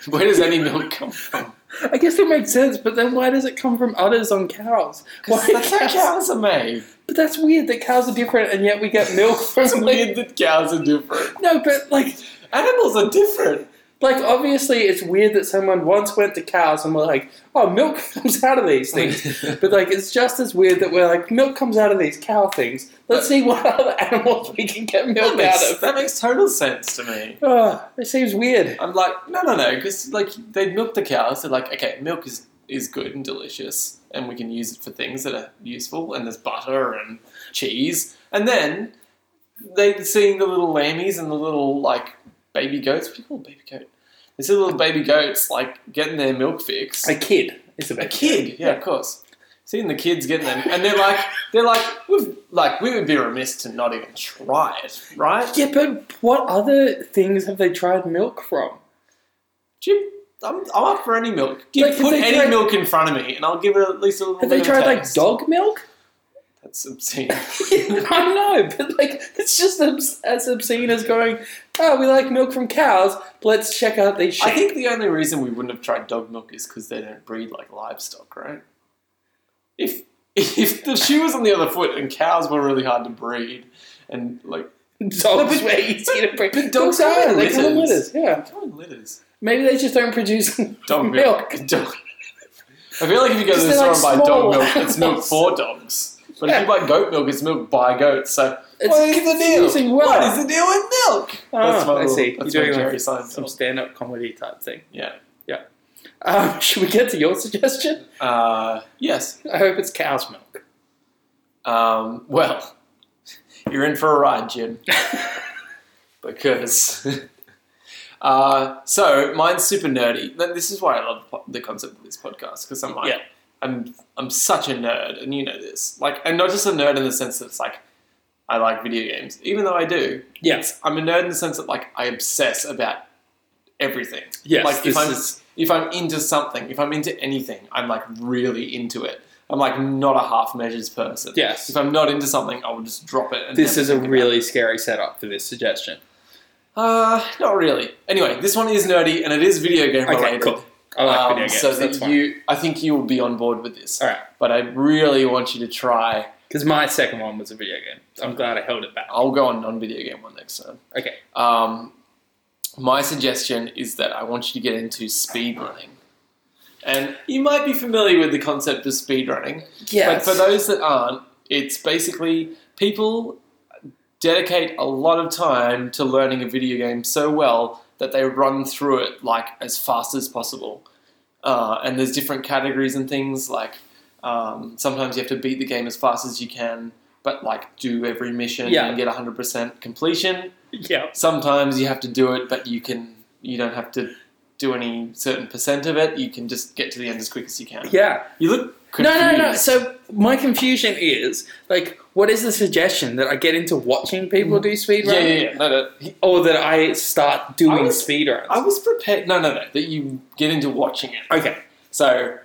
Speaker 1: Where does any milk come from?
Speaker 2: I guess it makes sense, but then why does it come from udders on cows? Why
Speaker 1: Because that's how
Speaker 2: cows-
Speaker 1: cows are made.
Speaker 2: But that's weird that cows are different and yet we get milk from
Speaker 1: It's weird that cows are different.
Speaker 2: No, but like
Speaker 1: Animals are different.
Speaker 2: Like, obviously, it's weird that someone once went to cows and were like, oh, milk comes out of these things. but, like, it's just as weird that we're like, milk comes out of these cow things. Let's see what other animals we can get
Speaker 1: That
Speaker 2: milk out
Speaker 1: makes,
Speaker 2: of.
Speaker 1: that makes total sense to me.
Speaker 2: Oh, it seems weird.
Speaker 1: I'm like, no, no, no, because like they milk the cows. They're like, okay, milk is is good and delicious, and we can use it for things that are useful. And there's butter and cheese, and then they seeing the little lammies and the little like baby goats. What do you call a baby goat? They see the little baby goats like getting their milk fix.
Speaker 2: A kid is a baby.
Speaker 1: a kid, yeah, of course. seeing the kids getting them, and they're like, they're like, we've, like we would be remiss to not even try it, right?
Speaker 2: Yeah, but what other things have they tried milk from?
Speaker 1: Jim, I'm, I'm up for any milk. You
Speaker 2: Like, if
Speaker 1: put
Speaker 2: they
Speaker 1: any
Speaker 2: tried-
Speaker 1: milk in front of me, and I'll give it at least a little.
Speaker 2: Have
Speaker 1: bit
Speaker 2: they
Speaker 1: of
Speaker 2: tried
Speaker 1: a
Speaker 2: like
Speaker 1: taste.
Speaker 2: dog milk?
Speaker 1: That's obscene.
Speaker 2: I know, but like it's just obs- as obscene as going, oh, we like milk from cows. but Let's check out these. Sheep.
Speaker 1: I think the only reason we wouldn't have tried dog milk is because they don't breed like livestock, right? If if the shoe was on the other foot and cows were really hard to breed, and like
Speaker 2: dogs were easy to bring.
Speaker 1: But dogs
Speaker 2: dogs
Speaker 1: come
Speaker 2: are
Speaker 1: in
Speaker 2: they come in
Speaker 1: litters.
Speaker 2: litters. Yeah,
Speaker 1: come on, litters,
Speaker 2: maybe they just don't produce
Speaker 1: dog milk,
Speaker 2: milk.
Speaker 1: dog. I feel like if you go to the store
Speaker 2: Because they're
Speaker 1: and buy
Speaker 2: like
Speaker 1: dog
Speaker 2: small
Speaker 1: milk, it's milk
Speaker 2: animals.
Speaker 1: for dogs. But if
Speaker 2: Yeah.
Speaker 1: you buy goat milk, it's milk by goats. So
Speaker 2: It's
Speaker 1: what is the deal?
Speaker 2: confusing word.
Speaker 1: What is the deal with milk? that's
Speaker 2: Ah,
Speaker 1: my
Speaker 2: I
Speaker 1: little-
Speaker 2: see.
Speaker 1: That's
Speaker 2: You're
Speaker 1: my
Speaker 2: doing
Speaker 1: Jerry
Speaker 2: like some
Speaker 1: Seinfeld.
Speaker 2: stand-up comedy type thing.
Speaker 1: Yeah.
Speaker 2: Um, should we get to your suggestion?
Speaker 1: Uh, yes.
Speaker 2: I hope it's cow's milk.
Speaker 1: Um, well, you're in for a ride, Jim, because. uh, so mine's super nerdy. Th- This is why I love the po- the concept of this podcast because I'm like,
Speaker 2: Yeah.
Speaker 1: I'm I'm such a nerd, and you know this. Like, and not just a nerd in the sense that it's like I like video games, even though I do.
Speaker 2: Yes,
Speaker 1: I'm a nerd in the sense that like I obsess about everything.
Speaker 2: yes.
Speaker 1: like if
Speaker 2: this
Speaker 1: I'm
Speaker 2: is-
Speaker 1: if I'm into something, if I'm into anything, I'm like really into it. I'm like not a half measures person.
Speaker 2: yes.
Speaker 1: If I'm not into something, I will just drop it. And
Speaker 2: This
Speaker 1: never
Speaker 2: is a
Speaker 1: think about it.
Speaker 2: really scary setup for this suggestion.
Speaker 1: Uh, not really. Anyway, this one is nerdy and it is video game
Speaker 2: Okay,
Speaker 1: related.
Speaker 2: cool. I like
Speaker 1: Um,
Speaker 2: video games.
Speaker 1: so
Speaker 2: that's
Speaker 1: that
Speaker 2: fine.
Speaker 1: you, I think you will be on board with this.
Speaker 2: All right,
Speaker 1: But I really want you to try.
Speaker 2: because my second one was a video game. I'm glad I held it back.
Speaker 1: I'll go on non-video game one next time.
Speaker 2: Okay.
Speaker 1: Um, my suggestion is that I want you to get into speedrunning. And you might be familiar with the concept of speedrunning. But
Speaker 2: Yes.
Speaker 1: for those that aren't, it's basically people dedicate a lot of time to learning a video game so well that they run through it like as fast as possible. Uh, and there's different categories and things like um, sometimes you have to beat the game as fast as you can, but like do every mission
Speaker 2: Yeah.
Speaker 1: and get 100% completion.
Speaker 2: yeah.
Speaker 1: Sometimes you have to do it, but you can you don't have to do any certain percent of it. You can just get to the end as quick as you can.
Speaker 2: Yeah.
Speaker 1: You look confused.
Speaker 2: No, no, no. So my confusion is like, what is the suggestion that I get into watching people do speedrun,
Speaker 1: Mm. yeah, yeah, yeah. No, no.
Speaker 2: or that I start doing
Speaker 1: I was-
Speaker 2: speedruns?
Speaker 1: I was prepared. No, no, no. That you get into watching it.
Speaker 2: okay.
Speaker 1: So,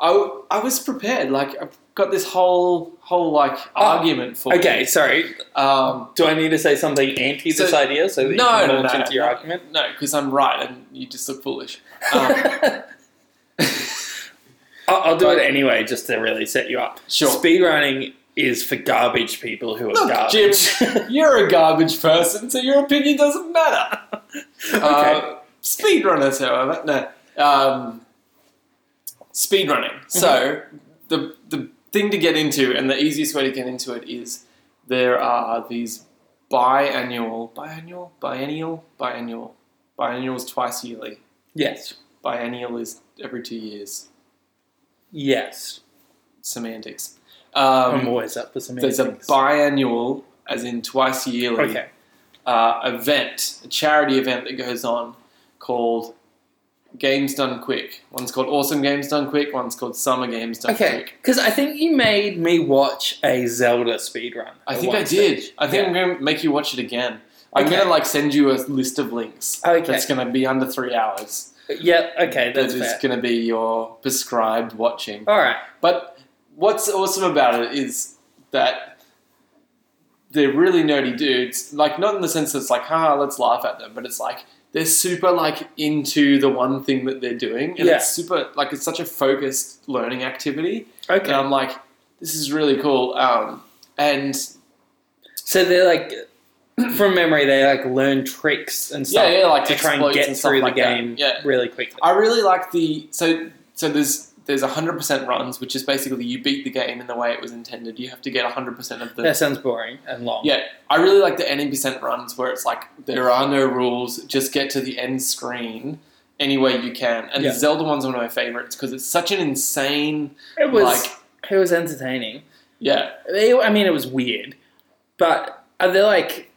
Speaker 1: I, I was prepared. Like I've got this whole whole like argument for.
Speaker 2: Oh, Okay. Sorry.
Speaker 1: It. Um,
Speaker 2: Do I need to say something anti this
Speaker 1: So-
Speaker 2: idea so that you
Speaker 1: No,
Speaker 2: can
Speaker 1: no,
Speaker 2: launch
Speaker 1: no,
Speaker 2: into your
Speaker 1: no.
Speaker 2: argument?
Speaker 1: no, because I'm right, and you just look foolish. Um,
Speaker 2: I'll, I'll do it anyway, just to really set you up.
Speaker 1: Sure.
Speaker 2: Speedrunning is for garbage people who are
Speaker 1: Look,
Speaker 2: garbage.
Speaker 1: Jim, you're a garbage person, so your opinion doesn't matter. Uh, speedrunners, however, no. Um, speedrunning. So the the thing to get into, and the easiest way to get into it is there are these biannual, biannual, biennial, biannual, biennial is twice yearly.
Speaker 2: yes.
Speaker 1: Biennial is every two years.
Speaker 2: Yes.
Speaker 1: Semantics.
Speaker 2: I'm
Speaker 1: Um,
Speaker 2: always up for some
Speaker 1: there's a
Speaker 2: antics.
Speaker 1: biannual, as in twice yearly.
Speaker 2: Okay.
Speaker 1: uh, event, a charity event that goes on called Games Done Quick. One's called Awesome Games Done Quick, one's called Summer Games Done
Speaker 2: Okay,
Speaker 1: Quick.
Speaker 2: because I think you made me watch a Zelda speedrun.
Speaker 1: I
Speaker 2: at
Speaker 1: think
Speaker 2: one
Speaker 1: I did.
Speaker 2: stage.
Speaker 1: I think
Speaker 2: Oh, Yeah.
Speaker 1: I'm going to make you watch it again. I'm
Speaker 2: Okay.
Speaker 1: going to like send you a list of links.
Speaker 2: Okay.
Speaker 1: That's going to be under three hours.
Speaker 2: Yeah, okay, that's
Speaker 1: that is
Speaker 2: fair.
Speaker 1: going to be your prescribed watching.
Speaker 2: All right.
Speaker 1: But what's awesome about it is that they're really nerdy dudes. Like, not in the sense that it's like, haha, let's laugh at them, but it's like they're super like into the one thing that they're doing, and
Speaker 2: Yeah.
Speaker 1: it's super like it's such a focused learning activity.
Speaker 2: Okay.
Speaker 1: And I'm like, this is really cool. Um, and
Speaker 2: so they're like, from memory, they like learn tricks and stuff.
Speaker 1: yeah, yeah, like
Speaker 2: to try and
Speaker 1: exploits
Speaker 2: get
Speaker 1: and stuff
Speaker 2: through
Speaker 1: like
Speaker 2: the
Speaker 1: that.
Speaker 2: game
Speaker 1: Yeah.
Speaker 2: really quickly.
Speaker 1: I really like the so so there's there's 100% runs, which is basically you beat the game in the way it was intended. You have to get 100% of the
Speaker 2: that sounds boring and long.
Speaker 1: Yeah, I really like the any percent runs where it's like there are no rules, just get to the end screen any way you can. And
Speaker 2: Yeah.
Speaker 1: the Zelda one's one of my favorites because it's such an insane
Speaker 2: It was
Speaker 1: like
Speaker 2: it was entertaining.
Speaker 1: yeah.
Speaker 2: It- I mean, it was weird, but are there like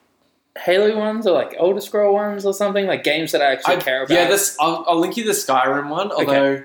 Speaker 2: Halo ones or like Elder Scroll ones or something like games that I actually
Speaker 1: I-
Speaker 2: care about?
Speaker 1: Yeah, this I'll, I'll link you the Skyrim one, although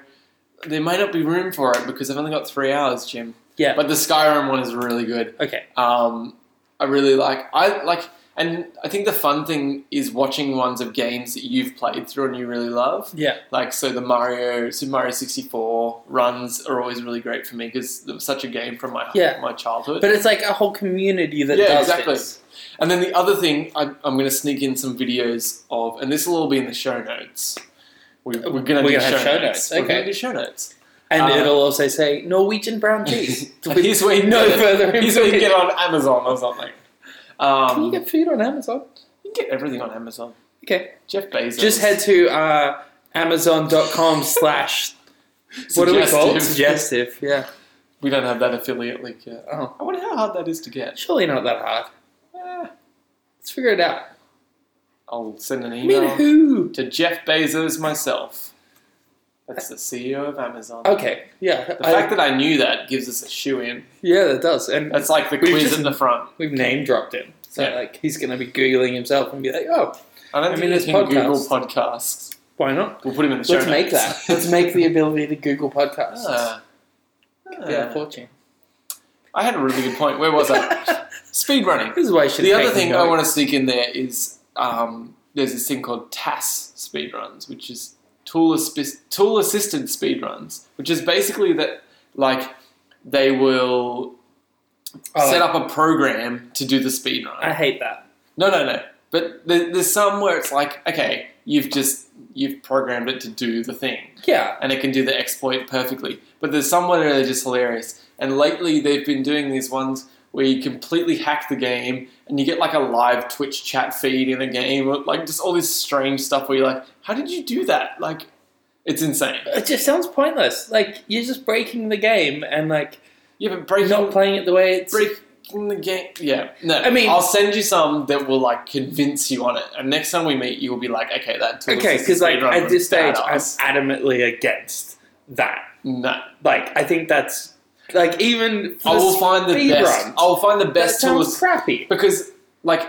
Speaker 1: there may not be room for it because I've only got three hours, Jim.
Speaker 2: Yeah.
Speaker 1: But the Skyrim one is really good.
Speaker 2: Okay.
Speaker 1: Um, I really like. I like, and I think the fun thing is watching ones of games that you've played through and you really love.
Speaker 2: Yeah.
Speaker 1: Like so, the Mario Super Mario sixty four runs are always really great for me because it was such a game from my
Speaker 2: Yeah.
Speaker 1: my childhood.
Speaker 2: But it's like a whole community that
Speaker 1: Yeah,
Speaker 2: does
Speaker 1: exactly.
Speaker 2: this.
Speaker 1: and then the other thing, I, I'm going to sneak in some videos of, and this will all be in the show notes. We, we're going to do
Speaker 2: We're gonna have show notes,
Speaker 1: We're going
Speaker 2: okay.
Speaker 1: to do show notes.
Speaker 2: And
Speaker 1: Uh,
Speaker 2: it'll also say Norwegian brown cheese.
Speaker 1: Here's where you
Speaker 2: no
Speaker 1: get it.
Speaker 2: further
Speaker 1: Here's where you
Speaker 2: information.
Speaker 1: get on Amazon or something. Um,
Speaker 2: Can you get food on Amazon?
Speaker 1: you can get everything on Amazon.
Speaker 2: Okay.
Speaker 1: Jeff Bezos.
Speaker 2: Just head to uh, Amazon.com slash what are we
Speaker 1: Suggestive.
Speaker 2: called? Suggestive. Yeah.
Speaker 1: We don't have that affiliate link yet.
Speaker 2: Oh,
Speaker 1: I wonder how hard that is to get.
Speaker 2: surely not that hard.
Speaker 1: Eh,
Speaker 2: Let's figure it out.
Speaker 1: I'll send an
Speaker 2: I mean,
Speaker 1: email
Speaker 2: who?
Speaker 1: to Jeff Bezos myself. That's the CEO of Amazon.
Speaker 2: Okay. Yeah.
Speaker 1: The
Speaker 2: I-
Speaker 1: fact that I knew that gives us a shoe in.
Speaker 2: yeah, that does. And
Speaker 1: That's like the
Speaker 2: We've
Speaker 1: quiz
Speaker 2: just-
Speaker 1: in the front.
Speaker 2: we've name dropped him. So,
Speaker 1: Yeah.
Speaker 2: like, he's going to be Googling himself and be like, oh,
Speaker 1: I don't
Speaker 2: I mean,
Speaker 1: think
Speaker 2: there's
Speaker 1: you can Google podcasts.
Speaker 2: why not?
Speaker 1: We'll put him in the show
Speaker 2: Let's make that.
Speaker 1: notes.
Speaker 2: Let's make the ability to Google podcasts.
Speaker 1: Ah.
Speaker 2: yeah,
Speaker 1: Ah.
Speaker 2: fortune.
Speaker 1: I had a really good point. Where was I? Speed running.
Speaker 2: this is why you should
Speaker 1: the other thing I want to sneak in there is um, there's this thing called TAS speedruns, which is tool aspi- tool assisted speedruns, which is basically that like they will set up a program to do the
Speaker 2: I
Speaker 1: speedrun.
Speaker 2: hate that.
Speaker 1: No, no, no. But there, there's some where it's like, okay, you've just you've programmed it to do the thing
Speaker 2: Yeah.
Speaker 1: and it can do the exploit perfectly. But there's some where they're just hilarious. And lately, they've been doing these ones where you completely hack the game and you get like a live Twitch chat feed in a game, or like just all this strange stuff where you're like, how did you do that? Like, it's insane.
Speaker 2: It just sounds pointless. Like, you're just breaking the game and, like,
Speaker 1: Yeah, but breaking,
Speaker 2: not playing it the way it's.
Speaker 1: breaking the game. Yeah, no.
Speaker 2: I mean-
Speaker 1: I'll send you some that will like convince you on it. And next time we meet, you will be like, okay, that tool
Speaker 2: okay,
Speaker 1: assisted
Speaker 2: because, like,
Speaker 1: speedrun
Speaker 2: at
Speaker 1: was
Speaker 2: this stage,
Speaker 1: badass.
Speaker 2: I'm adamantly against that.
Speaker 1: no.
Speaker 2: Like, I think that's. Like, even. For
Speaker 1: I will find the
Speaker 2: speed
Speaker 1: best.
Speaker 2: runs,
Speaker 1: I will find the best
Speaker 2: that
Speaker 1: tool.
Speaker 2: sounds crappy.
Speaker 1: because like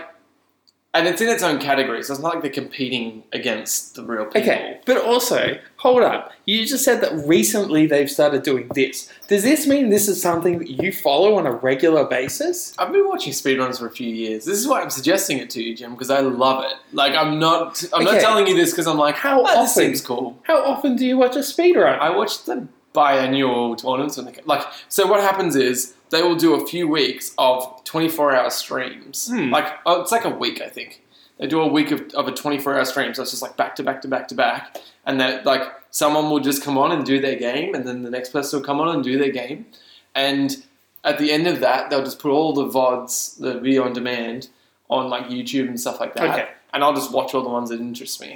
Speaker 1: and it's in its own category so it's not like they're competing against the real people
Speaker 2: Okay, but also, hold up. You just said that recently they've started doing this. Does this mean this is something that you follow on a regular basis?
Speaker 1: i've been watching speedruns for a few years this is why i'm suggesting it to you jim because i love it like i'm not i'm
Speaker 2: Okay.
Speaker 1: not telling you this because i'm like
Speaker 2: How
Speaker 1: "Ah, this
Speaker 2: often?"
Speaker 1: seems cool
Speaker 2: How often do you watch a speedrun?
Speaker 1: i watched the biannual tournaments when they like so what happens is they will do a few weeks of 24 hour streams
Speaker 2: Hmm.
Speaker 1: like oh, it's like a week i think they do a week of, of a 24 hour stream so it's just like back to back to back to back and that like someone will just come on and do their game and then the next person will come on and do their game and at the end of that they'll just put all the vods the video on demand on like youtube and stuff like that
Speaker 2: Okay.
Speaker 1: and i'll just watch all the ones that interest me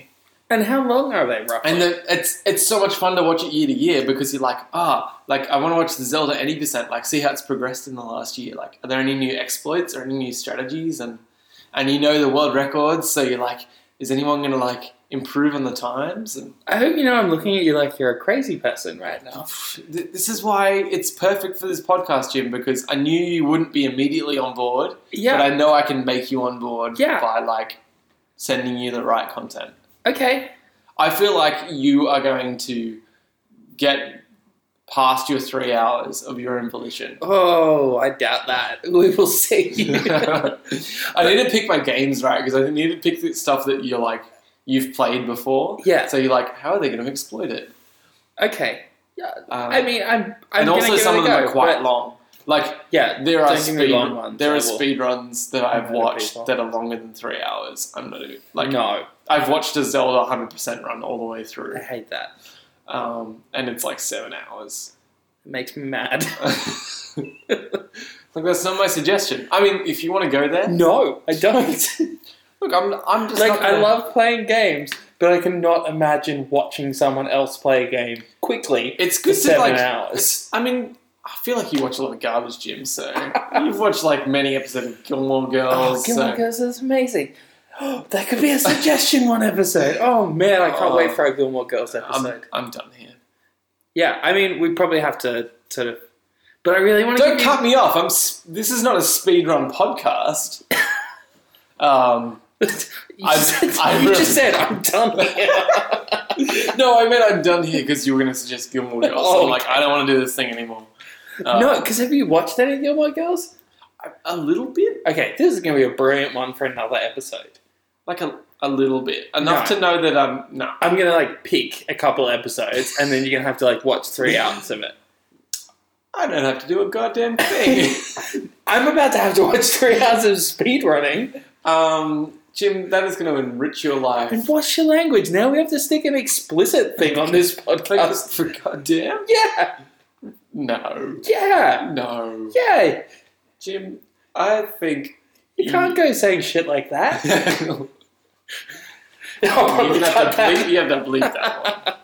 Speaker 2: And how long are they roughly?
Speaker 1: and the, it's it's so much fun to watch it year to year because you're like ah like i want to watch the zelda 80% like see how it's progressed in the last year like are there any new exploits or any new strategies and and you know the world records so you're like is anyone going to like improve on the times and
Speaker 2: I hope you know I'm looking at you like you're a crazy person right now.
Speaker 1: Th- This is why it's perfect for this podcast, Jim, because I knew you wouldn't be immediately on board,
Speaker 2: Yeah.
Speaker 1: but I know I can make you on board
Speaker 2: Yeah.
Speaker 1: by like sending you the right content.
Speaker 2: okay.
Speaker 1: I feel like you are going to get past your three hours of your own volition.
Speaker 2: Oh, I doubt that. We will see.
Speaker 1: I need to pick my games right because I need to pick the stuff that you're like you've played before.
Speaker 2: Yeah.
Speaker 1: So you're like, how are they going to exploit it?
Speaker 2: okay. Yeah.
Speaker 1: Um,
Speaker 2: I mean, I'm. I'm
Speaker 1: and
Speaker 2: gonna
Speaker 1: also
Speaker 2: give
Speaker 1: some
Speaker 2: it a
Speaker 1: of them
Speaker 2: go,
Speaker 1: are quite
Speaker 2: but-
Speaker 1: long. Like
Speaker 2: Yeah.
Speaker 1: There are
Speaker 2: Don't give me
Speaker 1: speed
Speaker 2: long ones,
Speaker 1: there
Speaker 2: I
Speaker 1: are
Speaker 2: will.
Speaker 1: speed runs that
Speaker 2: I'm
Speaker 1: I've
Speaker 2: gonna be
Speaker 1: watched
Speaker 2: long.
Speaker 1: that are longer than three hours. I'm not even- like
Speaker 2: no,
Speaker 1: I've watched a Zelda 100 percent run all the way
Speaker 2: I
Speaker 1: through,
Speaker 2: hate that.
Speaker 1: um, and it's like seven hours.
Speaker 2: It makes me mad.
Speaker 1: like that's not my suggestion. I mean, if you want to go there,
Speaker 2: no, I don't.
Speaker 1: look, I'm I'm just
Speaker 2: like
Speaker 1: not
Speaker 2: I
Speaker 1: gonna-
Speaker 2: love playing games, but I cannot imagine watching someone else play a game quickly.
Speaker 1: It's good to
Speaker 2: seven
Speaker 1: like.
Speaker 2: hours.
Speaker 1: it's- I mean, I feel like you watch a lot of garbage, Jim. So you've watched like many episodes of Gilmore Girls.
Speaker 2: Oh, Gilmore
Speaker 1: so-
Speaker 2: Girls is amazing. that could be a suggestion one episode. Oh man, I can't
Speaker 1: Oh.
Speaker 2: wait for a Gilmore Girls episode.
Speaker 1: I'm, I'm done here.
Speaker 2: yeah, I mean we probably have to sort of, but I really want to.
Speaker 1: Don't cut me off. I'm. s- This is not a speedrun podcast. Um,
Speaker 2: you
Speaker 1: I'm-
Speaker 2: said-
Speaker 1: I'm
Speaker 2: you
Speaker 1: really-
Speaker 2: just said I'm done here.
Speaker 1: no, I meant I'm done here because you were going to suggest Gilmore Girls. so I'm like, I don't want to do this thing anymore. Uh,
Speaker 2: Oh, no, because have you watched any Gilmore Girls?
Speaker 1: a little bit,
Speaker 2: Okay, this is going to be a brilliant one for another episode.
Speaker 1: like a, a little bit, enough
Speaker 2: No.
Speaker 1: to know that I'm no.
Speaker 2: I'm going to like pick a couple episodes, and then you're going to have to like watch three hours of it.
Speaker 1: I don't have to do a goddamn thing.
Speaker 2: I'm about to have to watch three hours of speed running.
Speaker 1: um, Jim, that is going to enrich your life.
Speaker 2: And what's your language? Now we have to stick an explicit thing on this podcast.
Speaker 1: for goddamn?
Speaker 2: Yeah,
Speaker 1: No,
Speaker 2: yeah,
Speaker 1: no,
Speaker 2: yeah.
Speaker 1: Jim. I think
Speaker 2: You can't go saying shit like that.
Speaker 1: you have
Speaker 2: I'll probably
Speaker 1: to
Speaker 2: cut that.
Speaker 1: bleep. You have to bleep that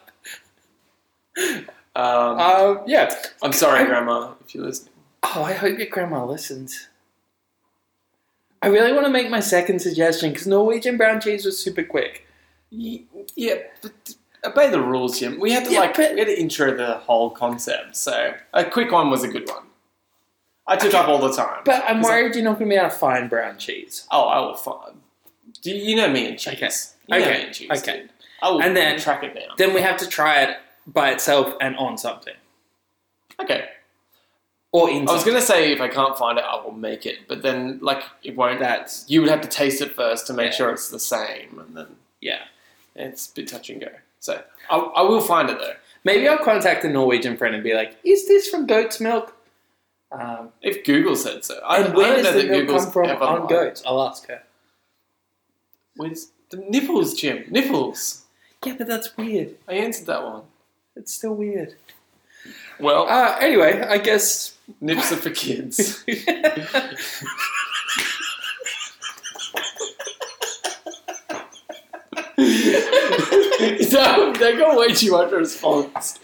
Speaker 1: one. Um,
Speaker 2: Um, yeah.
Speaker 1: I'm sorry,
Speaker 2: I-
Speaker 1: Grandma, if you're listening.
Speaker 2: Oh, I hope your grandma listens. I really want to make my second suggestion because Norwegian brown cheese was super quick.
Speaker 1: Ye- Yeah, but obey the rules, Jim. We had to
Speaker 2: Yeah,
Speaker 1: like
Speaker 2: but-
Speaker 1: we had to intro the whole concept, so a quick one was a good one. I took up all the time.
Speaker 2: But I'm
Speaker 1: Is that-
Speaker 2: worried you're not going to be able to find brown cheese.
Speaker 1: oh, I will find. Do you, you know me and cheese? You know
Speaker 2: Okay.
Speaker 1: me and cheese.
Speaker 2: Okay.
Speaker 1: dude. I will
Speaker 2: And then-
Speaker 1: track it down.
Speaker 2: Then we have to try it by itself and on something.
Speaker 1: Okay.
Speaker 2: Or
Speaker 1: I
Speaker 2: in
Speaker 1: was
Speaker 2: something.
Speaker 1: gonna say if I can't find it, I will make it, but then like it won't.
Speaker 2: That's,
Speaker 1: you would have to taste it first to make
Speaker 2: Yeah.
Speaker 1: sure it's the same, and then
Speaker 2: yeah.
Speaker 1: it's a bit touch and go. So I, I will find it though.
Speaker 2: Maybe I'll contact a Norwegian friend and be like, is this from goat's milk? Um,
Speaker 1: If Google said so, I, I
Speaker 2: and where
Speaker 1: don't know
Speaker 2: does the
Speaker 1: that
Speaker 2: milk
Speaker 1: Google's
Speaker 2: come from
Speaker 1: ever
Speaker 2: on
Speaker 1: lied.
Speaker 2: goats? I'll ask her.
Speaker 1: Where's the nipples, Jim? Nipples.
Speaker 2: Yeah, but that's weird.
Speaker 1: I answered that one.
Speaker 2: It's still weird.
Speaker 1: Well,
Speaker 2: Uh, anyway, I guess.
Speaker 1: nips are for kids. no, they got way too much response.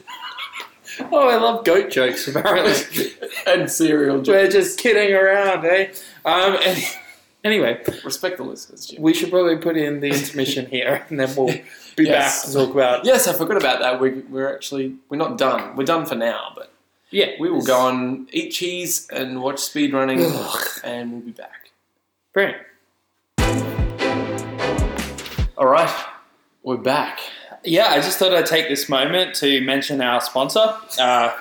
Speaker 2: Oh, I love goat jokes, apparently.
Speaker 1: and cereal. Jim.
Speaker 2: We're just kidding around, eh? Um, any- anyway,
Speaker 1: Respect the listeners, Jim.
Speaker 2: we should probably put in the intermission here, and then we'll be
Speaker 1: Yes.
Speaker 2: back to talk about.
Speaker 1: Yes, I forgot about that. We, we're actually we're not done. We're done for now, but
Speaker 2: Yeah,
Speaker 1: we will go on eat cheese and watch speed running,
Speaker 2: Ugh.
Speaker 1: and we'll be back.
Speaker 2: Brilliant.
Speaker 1: All right, we're back.
Speaker 2: Yeah, I just thought I'd take this moment to mention our sponsor, uh,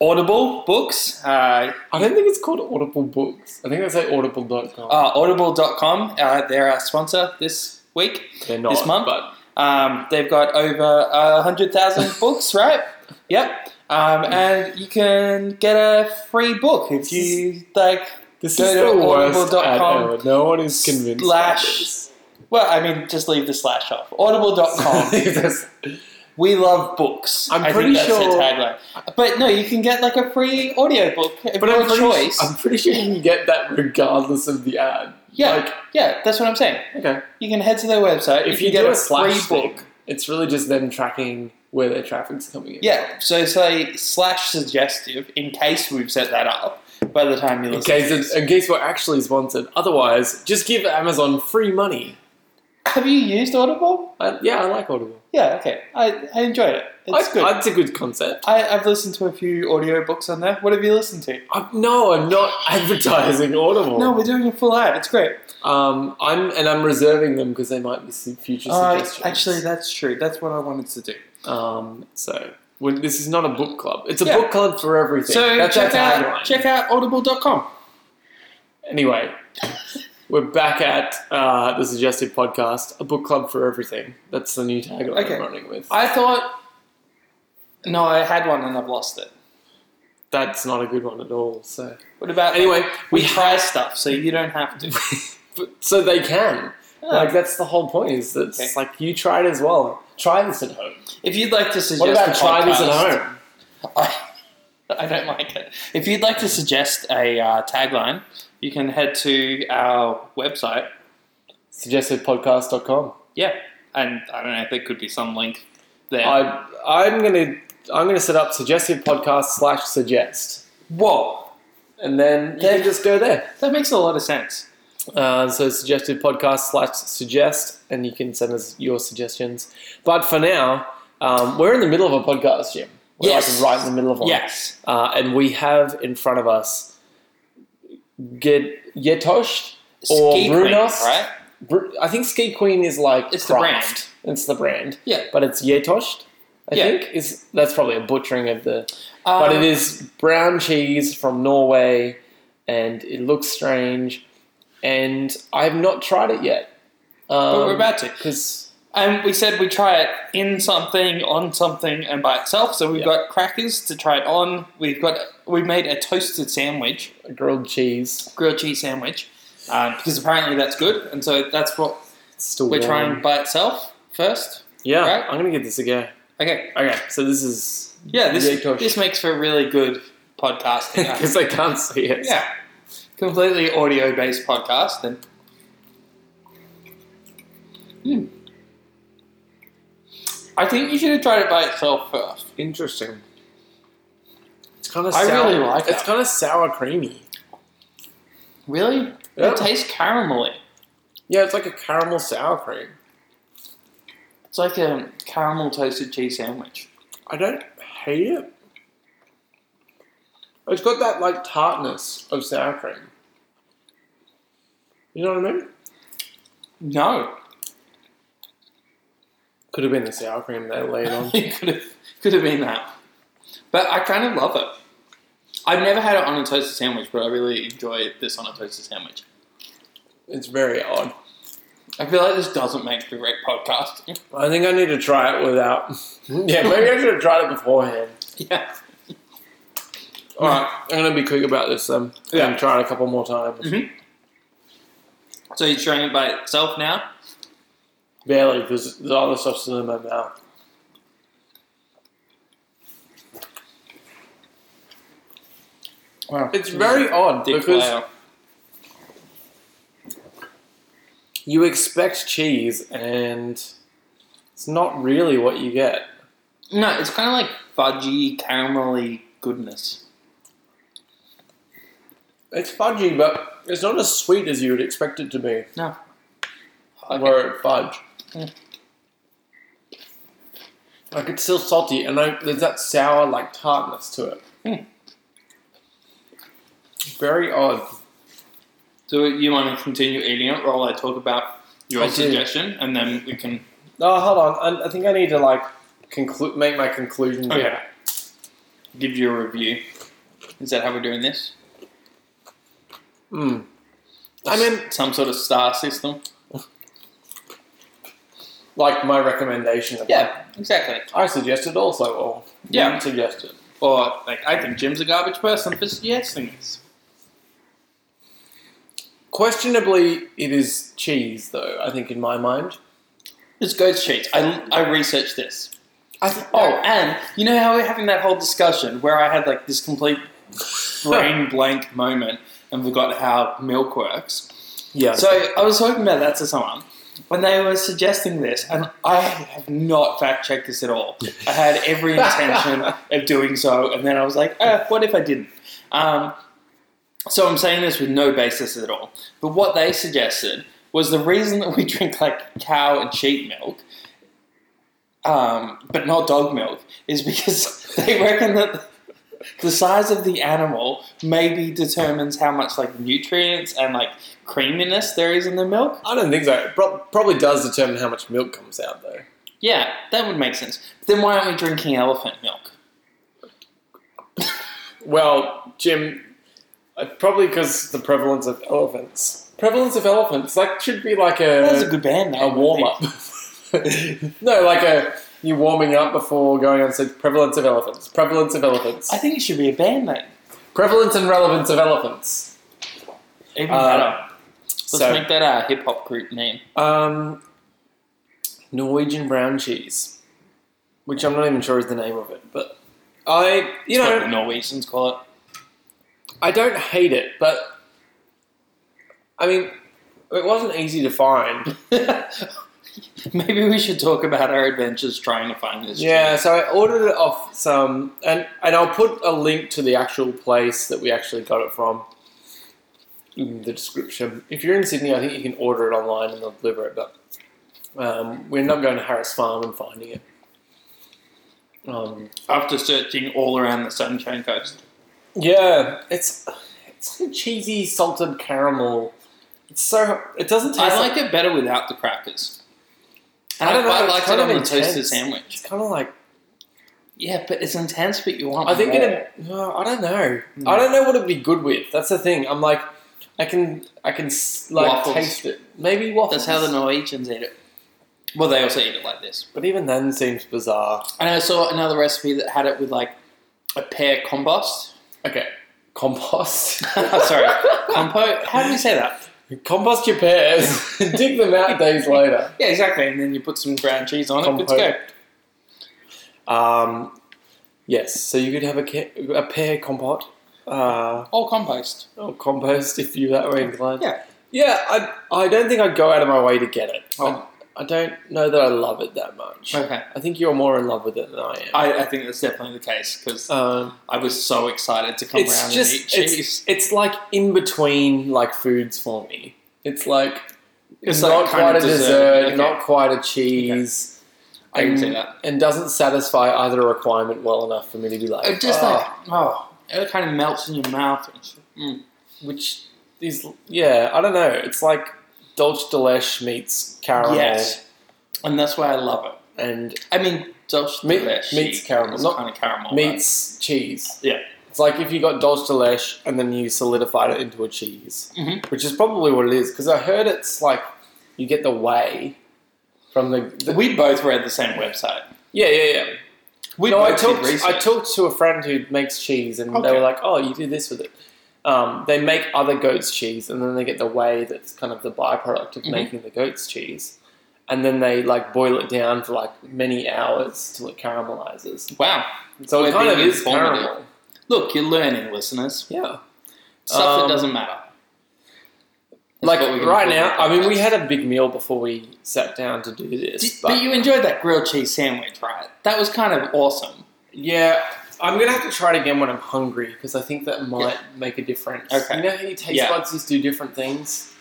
Speaker 2: Audible Books. Uh,
Speaker 1: I don't think it's called Audible Books. I think they say Audible.com.
Speaker 2: uh, audible.com, uh, they're our sponsor this week.
Speaker 1: They're not.
Speaker 2: this month?
Speaker 1: but
Speaker 2: Um, they've got over uh, 100,000 books, right? Yep. Um, and you can get a free book if you like.
Speaker 1: this
Speaker 2: Go
Speaker 1: is
Speaker 2: to
Speaker 1: the worst
Speaker 2: audible.com
Speaker 1: ad ever. No one is convinced. by
Speaker 2: slash-
Speaker 1: this.
Speaker 2: Well, I mean, just leave the slash off. Audible.com.
Speaker 1: That's-
Speaker 2: we love books.
Speaker 1: I'm
Speaker 2: I think
Speaker 1: pretty
Speaker 2: that's their
Speaker 1: sure-
Speaker 2: tagline. But no, you can get like a free audiobook of
Speaker 1: but
Speaker 2: your
Speaker 1: I'm pretty,
Speaker 2: choice.
Speaker 1: I'm pretty sure you can get that regardless of the ad.
Speaker 2: yeah,
Speaker 1: like-
Speaker 2: yeah, that's what I'm saying.
Speaker 1: Okay.
Speaker 2: You can head to their website.
Speaker 1: If
Speaker 2: you,
Speaker 1: you
Speaker 2: can
Speaker 1: do
Speaker 2: get
Speaker 1: a
Speaker 2: a free
Speaker 1: slash
Speaker 2: book.
Speaker 1: It's really just them tracking where their traffic's coming in.
Speaker 2: Yeah, so say slash suggestive in case we've set that up by the time you
Speaker 1: In
Speaker 2: listen.
Speaker 1: case, it, in case we're actually sponsored. Otherwise, just give Amazon free money.
Speaker 2: Have you used Audible?
Speaker 1: I, yeah, I like Audible.
Speaker 2: Yeah, okay. I, I enjoyed it. It's
Speaker 1: I,
Speaker 2: good. I,
Speaker 1: That's a good concept.
Speaker 2: I've listened to a few audiobooks on there. What have you listened to?
Speaker 1: I, no, I'm not advertising Audible.
Speaker 2: No, we're doing a full ad. It's great.
Speaker 1: Um, I'm and I'm reserving them because they might be su- future
Speaker 2: Uh,
Speaker 1: suggestions.
Speaker 2: actually, that's true. That's what I wanted to do.
Speaker 1: um, so when, this is not a book club. It's a
Speaker 2: Yeah.
Speaker 1: book club for everything.
Speaker 2: So
Speaker 1: that's
Speaker 2: check
Speaker 1: our
Speaker 2: out
Speaker 1: tagline.
Speaker 2: check out audible.com.
Speaker 1: Anyway, we're back at uh, the suggested podcast, a book club for everything. That's the new tagline
Speaker 2: Okay.
Speaker 1: I'm running with.
Speaker 2: I thought. No, I had one and I've lost it.
Speaker 1: that's not a good one at all. So
Speaker 2: What about
Speaker 1: anyway,
Speaker 2: We
Speaker 1: we
Speaker 2: try stuff, so you don't have to.
Speaker 1: so they can.
Speaker 2: Oh.
Speaker 1: Like that's the whole point. Is that
Speaker 2: Okay.
Speaker 1: it's like you try it as well. Try this at home.
Speaker 2: If you'd like to suggest,
Speaker 1: What
Speaker 2: a
Speaker 1: about try this
Speaker 2: podcast-
Speaker 1: at home?
Speaker 2: I, I don't like it. If you'd like to suggest a uh, tagline, you can head to our website.
Speaker 1: Suggestedpodcast.com.
Speaker 2: Yeah, and I don't know. There could be some link there.
Speaker 1: I I'm gonna I'm gonna set up suggested podcast slash suggest,
Speaker 2: Whoa,
Speaker 1: and then you can just go there.
Speaker 2: that makes a lot of sense.
Speaker 1: Uh, so suggested podcast slash suggest, and you can send us your suggestions. But for now, um, we're in the middle of a podcast, Jim. We're
Speaker 2: Yes.
Speaker 1: like right in the middle of one.
Speaker 2: Yes.
Speaker 1: uh, and we have in front of us Get Yetosh or
Speaker 2: Ski
Speaker 1: Brunos
Speaker 2: queen, right?
Speaker 1: Br- I think Ski Queen is like
Speaker 2: It's the brand.
Speaker 1: Kraft. It's the brand.
Speaker 2: Yeah.
Speaker 1: but it's Yetosht. I
Speaker 2: Yeah.
Speaker 1: think is that's probably a butchering of the, but
Speaker 2: Uh,
Speaker 1: it is brown cheese from Norway, and it looks strange, and I have not tried it yet. Um,
Speaker 2: But we're about to.
Speaker 1: because
Speaker 2: And we said we try it in something, on something, and by itself. So we've
Speaker 1: Yeah.
Speaker 2: got crackers to try it on. We've got we made a toasted sandwich,
Speaker 1: grilled cheese
Speaker 2: grilled cheese sandwich, um, because apparently that's good. And so that's what
Speaker 1: it's still
Speaker 2: we're
Speaker 1: warm.
Speaker 2: trying by itself first.
Speaker 1: Yeah,
Speaker 2: right?
Speaker 1: I'm gonna give this a go.
Speaker 2: Okay.
Speaker 1: Okay, so this is
Speaker 2: Yeah. This
Speaker 1: Yetosht.
Speaker 2: this makes for really good podcasting. I think.
Speaker 1: because I can't see it.
Speaker 2: yeah. Completely audio based podcast. And Hmm. I think you should have tried it by itself first.
Speaker 1: Interesting. It's kind of.
Speaker 2: I
Speaker 1: sour.
Speaker 2: really like
Speaker 1: It's
Speaker 2: that.
Speaker 1: kind of sour creamy.
Speaker 2: Really?
Speaker 1: Yeah.
Speaker 2: It tastes caramelly.
Speaker 1: Yeah, it's like a caramel sour cream.
Speaker 2: It's like a caramel toasted cheese sandwich.
Speaker 1: I don't hate it. It's got that like tartness of sour cream. You know what I mean?
Speaker 2: No,
Speaker 1: Could have been the sour cream they laid on.
Speaker 2: it could have could have been that. But I kind of love it. I've never had it on a toasted sandwich, but I really enjoy this on a toasted sandwich.
Speaker 1: it's very odd.
Speaker 2: I feel like this doesn't make for great podcasting.
Speaker 1: I think I need to try it without. yeah, maybe I should have tried it beforehand.
Speaker 2: yeah.
Speaker 1: All right, I'm gonna be quick about this then.
Speaker 2: Yeah.
Speaker 1: and try it a couple more times.
Speaker 2: So you're trying it by itself now?
Speaker 1: Barely, because the other stuff's still in my mouth.
Speaker 2: Wow.
Speaker 1: It's very odd
Speaker 2: Dick
Speaker 1: because
Speaker 2: layer.
Speaker 1: you expect cheese and it's not really what you get.
Speaker 2: No, it's kind of like fudgy, caramelly goodness.
Speaker 1: It's fudgy, but it's not as sweet as you would expect it to be.
Speaker 2: No.
Speaker 1: Were it fudge.
Speaker 2: Mm.
Speaker 1: Like it's still salty, and I, there's that sour like tartness to it.
Speaker 2: Mm.
Speaker 1: Very odd.
Speaker 2: So you want to continue eating it while I talk about your
Speaker 1: I do.
Speaker 2: suggestion, and then we can.
Speaker 1: Oh, hold on. I, I think I need to like conclude, make my conclusion.
Speaker 2: Okay. Give you a review. Is that how we're doing this?
Speaker 1: Mm. I mean,
Speaker 2: Some sort of star system.
Speaker 1: like my recommendation. Of like,
Speaker 2: exactly.
Speaker 1: I suggested also, or
Speaker 2: Yeah.
Speaker 1: you suggested.
Speaker 2: Or like, I think Jim's a garbage person for suggesting this.
Speaker 1: Questionably, it is cheese, though. I think in my mind.
Speaker 2: It's goat's cheese. I, I researched this.
Speaker 1: I th-
Speaker 2: Oh, and you know how we're having that whole discussion where I had like this complete brain blank moment and forgot how milk works.
Speaker 1: yeah.
Speaker 2: So I was talking about that to someone when they were suggesting this, and I have not fact checked this at all. I had every intention of doing so, and then I was like, eh, what if I didn't? Um, so I'm saying this with no basis at all. But what they suggested was the reason that we drink like cow and sheep milk. Um, but not dog milk is because they reckon that the size of the animal maybe determines how much like nutrients and like creaminess there is in the milk.
Speaker 1: I don't think so. It prob- probably does determine how much milk comes out, though.
Speaker 2: Yeah, that would make sense. But then why aren't we drinking elephant milk?
Speaker 1: Well, Jim, uh, probably because the prevalence of elephants. Prevalence of elephants, like, should be like
Speaker 2: That's
Speaker 1: a,
Speaker 2: a good band name.
Speaker 1: a warm up. no, like a you warming up before going on stage. Prevalence of elephants. Prevalence of elephants.
Speaker 2: I think it should be a band name.
Speaker 1: Prevalence and relevance of elephants.
Speaker 2: Even
Speaker 1: Uh,
Speaker 2: better. Let's
Speaker 1: so-
Speaker 2: make that our hip hop group name.
Speaker 1: Um, Norwegian brown cheese, which I'm not even sure is the name of it, but I, you
Speaker 2: That's what
Speaker 1: know,
Speaker 2: the Norwegians call it.
Speaker 1: I don't hate it, but I mean, it wasn't easy to find.
Speaker 2: Maybe we should talk about our adventures trying to find this.
Speaker 1: Yeah, so I ordered it off some, and and I'll put a link to the actual place that we actually got it from in the description. If you're in Sydney, I think you can order it online and they'll deliver it, but um, we're not going to Harris Farm and finding it. Um,
Speaker 2: After searching all around the Sunshine Coast.
Speaker 1: yeah, it's it's like a cheesy salted caramel It's so it doesn't taste.
Speaker 2: I like it better without the crackers. And
Speaker 1: I
Speaker 2: I,
Speaker 1: don't know,
Speaker 2: quite
Speaker 1: it's
Speaker 2: like it
Speaker 1: kind
Speaker 2: on
Speaker 1: of
Speaker 2: the toasted
Speaker 1: intense.
Speaker 2: sandwich.
Speaker 1: It's kind of like
Speaker 2: Yeah, but it's intense, but you want
Speaker 1: I think
Speaker 2: more.
Speaker 1: it. No, I don't know.
Speaker 2: Hmm.
Speaker 1: I don't know what it'd be good with. That's the thing. I'm like, I can I can s- like
Speaker 2: Waffles.
Speaker 1: taste it. Maybe waffles.
Speaker 2: That's how the Norwegians eat it. Well, they also eat it like this.
Speaker 1: But even then, seems bizarre.
Speaker 2: And I saw another recipe that had it with like a pear compost. Oh,
Speaker 1: Okay, compost.
Speaker 2: Sorry, compote. How do you say that?
Speaker 1: Compost your pears. Dig them out days later.
Speaker 2: Yeah, exactly. And then you put some ground cheese on it. Good to
Speaker 1: Compote.
Speaker 2: go.
Speaker 1: Um, yes. So you could have a ca- a pear compote. Uh,
Speaker 2: Or compost.
Speaker 1: or compost if you that were inclined.
Speaker 2: Yeah.
Speaker 1: Yeah, I, I don't think I'd go out of my way to get it.
Speaker 2: Oh.
Speaker 1: I, I don't know that I love it that much.
Speaker 2: Okay.
Speaker 1: I think you're more in love with it than I am.
Speaker 2: I, I think that's definitely the case because
Speaker 1: um,
Speaker 2: I was so excited to come
Speaker 1: it's
Speaker 2: around and eat
Speaker 1: just it's,
Speaker 2: cheese.
Speaker 1: it's like in between like foods for me. It's like
Speaker 2: It's
Speaker 1: not
Speaker 2: like kind
Speaker 1: quite a
Speaker 2: of
Speaker 1: dessert,
Speaker 2: dessert, okay.
Speaker 1: not quite a cheese,
Speaker 2: I can
Speaker 1: and,
Speaker 2: see that.
Speaker 1: and doesn't satisfy either requirement well enough for me to be like,
Speaker 2: It just
Speaker 1: "Oh,"
Speaker 2: like oh, it kind of melts in your mouth. And shit. Mm.
Speaker 1: which is yeah, I don't know. It's like Dolce de Leche meets caramel.
Speaker 2: Yes, and that's why I love it.
Speaker 1: and
Speaker 2: I mean, Dutch
Speaker 1: Meat-
Speaker 2: Delish
Speaker 1: meats caramel,
Speaker 2: is
Speaker 1: not
Speaker 2: kind of caramel.
Speaker 1: meets cheese.
Speaker 2: Yeah.
Speaker 1: It's like if you got Dolce de Leche and then you solidified it into a cheese,
Speaker 2: Mhm.
Speaker 1: which is probably what it is. Because I heard it's like you get the whey from the.
Speaker 2: right?
Speaker 1: the
Speaker 2: We both read the same website.
Speaker 1: yeah, yeah, yeah.
Speaker 2: We
Speaker 1: no, I
Speaker 2: both did
Speaker 1: talked.
Speaker 2: research.
Speaker 1: I talked to a friend who makes cheese, and they
Speaker 2: Okay.
Speaker 1: were like, "Oh, you do this with it." Um, they make other goat's cheese, and then they get the whey that's kind of the byproduct of
Speaker 2: Mhm.
Speaker 1: making the goat's cheese, and then they like boil it down for like many hours till it caramelizes.
Speaker 2: Wow.
Speaker 1: So
Speaker 2: We're
Speaker 1: it kind of
Speaker 2: being
Speaker 1: is
Speaker 2: informative.
Speaker 1: caramel.
Speaker 2: Look, you're learning, listeners.
Speaker 1: Yeah.
Speaker 2: Stuff
Speaker 1: Um,
Speaker 2: that doesn't matter. That's
Speaker 1: like
Speaker 2: what we can
Speaker 1: right
Speaker 2: call
Speaker 1: now,
Speaker 2: it.
Speaker 1: I mean, we had a big meal before we sat down to do this.
Speaker 2: Did-
Speaker 1: but
Speaker 2: but you enjoyed that grilled cheese sandwich, right? That was kind of awesome.
Speaker 1: yeah, I'm gonna have to try it again when I'm hungry because I think that might make a difference.
Speaker 2: Okay.
Speaker 1: You know how your taste
Speaker 2: Yeah.
Speaker 1: buds just do different things.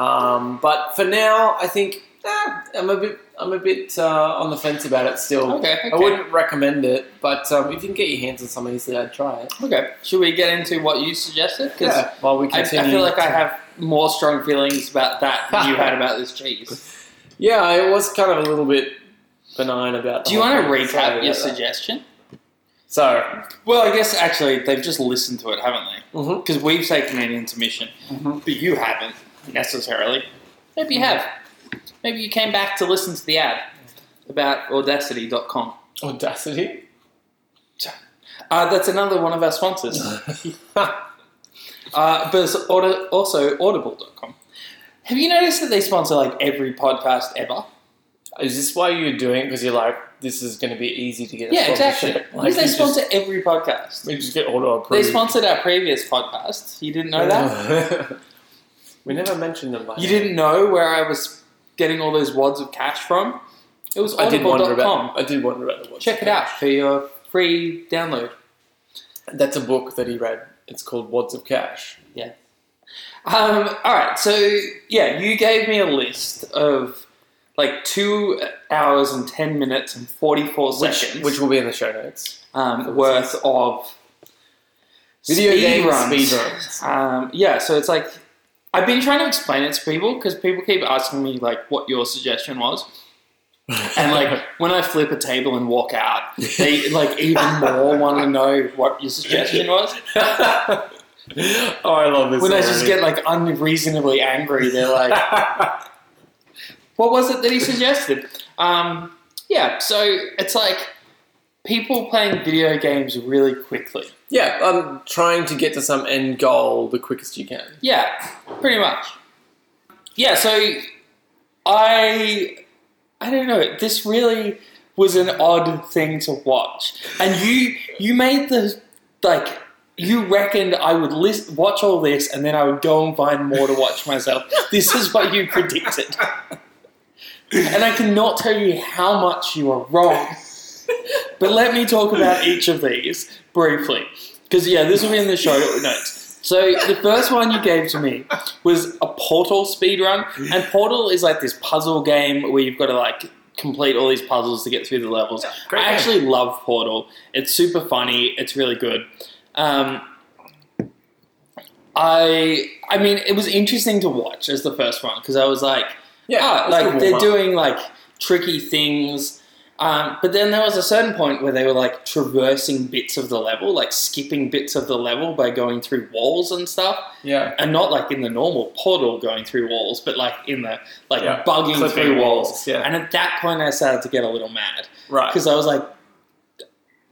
Speaker 1: Um, but for now, I think eh, I'm a bit I'm a bit uh, on the fence about it still.
Speaker 2: Okay,
Speaker 1: I
Speaker 2: Oh, okay.
Speaker 1: wouldn't recommend it, but um, if you can get your hands on some easily, I'd try it.
Speaker 2: Okay. Should we get into what you suggested? Because
Speaker 1: While we
Speaker 2: I,
Speaker 1: continue,
Speaker 2: I feel like I have more strong feelings about that than you had about this cheese.
Speaker 1: Yeah, I was kind of a little bit benign about. The
Speaker 2: Do you want to recap your
Speaker 1: suggestion?
Speaker 2: suggestion?
Speaker 1: So,
Speaker 2: Well, I guess actually they've just listened to it, haven't they?
Speaker 1: mhm.
Speaker 2: Because we've taken an intermission,
Speaker 1: Mhm.
Speaker 2: but you haven't necessarily. Maybe you have. Maybe you came back to listen to the ad about audacity.com.
Speaker 1: audacity.
Speaker 2: Uh, that's another one of our sponsors. Uh, but it's audi- also audible.com. Have you noticed that they sponsor like every podcast ever?
Speaker 1: Is this why you're doing it? Because you're like, this is going to be easy to get. a
Speaker 2: Yeah, exactly.
Speaker 1: sponsorship. Like,
Speaker 2: Because they
Speaker 1: you
Speaker 2: sponsor every podcast.
Speaker 1: Just, we just get auto
Speaker 2: They
Speaker 1: approved.
Speaker 2: sponsored our previous podcast. You didn't know that?
Speaker 1: that. we never mentioned them. By
Speaker 2: You
Speaker 1: name.
Speaker 2: didn't know where I was getting all those wads of cash from? It was
Speaker 1: I did wonder
Speaker 2: audible.com.
Speaker 1: about. I did wonder about the watch.
Speaker 2: Check it out for your free download.
Speaker 1: That's a book that he read. It's called Wads of Cash.
Speaker 2: Um, all right, so yeah, you gave me a list of like two hours and ten minutes and forty-four seconds,
Speaker 1: Which will be in the show notes.
Speaker 2: um, worth of
Speaker 1: Video
Speaker 2: speed
Speaker 1: game
Speaker 2: runs.
Speaker 1: speedruns.
Speaker 2: Um, yeah, so it's like I've been trying to explain it to people because people keep asking me like what your suggestion was, and like when I flip a table and walk out, they like even more want to know what your suggestion was.
Speaker 1: oh, I love this.
Speaker 2: When I just get like unreasonably angry, they're like. what was it that he suggested? Um, yeah, so it's like people playing video games really quickly.
Speaker 1: yeah, I'm trying to get to some end goal the quickest you can.
Speaker 2: Yeah, pretty much. Yeah, so I I don't know. This really was an odd thing to watch, and you you made the like you reckoned I would list, watch all this and then I would go and find more to watch myself. this is what you predicted, and I cannot tell you how much you are wrong. But let me talk about each of these briefly, because yeah, this will be in the show notes. So the first one you gave to me was a Portal speedrun, and Portal is like this puzzle game where you've got to like complete all these puzzles to get through the levels.
Speaker 1: great
Speaker 2: I
Speaker 1: game.
Speaker 2: actually love Portal. It's super funny. It's really good. Um, I I mean, it was interesting to watch as the first one because I was like, ah,
Speaker 1: it's a
Speaker 2: like
Speaker 1: warm
Speaker 2: they're
Speaker 1: up.
Speaker 2: doing like tricky things. Um, but then there was a certain point where they were like traversing bits of the level, like skipping bits of the level by going through walls and stuff,
Speaker 1: Yeah.
Speaker 2: and not like in the normal portal going through walls, but like in the like
Speaker 1: Yeah.
Speaker 2: bugging
Speaker 1: Clipping
Speaker 2: through walls.
Speaker 1: walls, yeah.
Speaker 2: And at that point, I started to get a little mad
Speaker 1: Right.
Speaker 2: because I was like,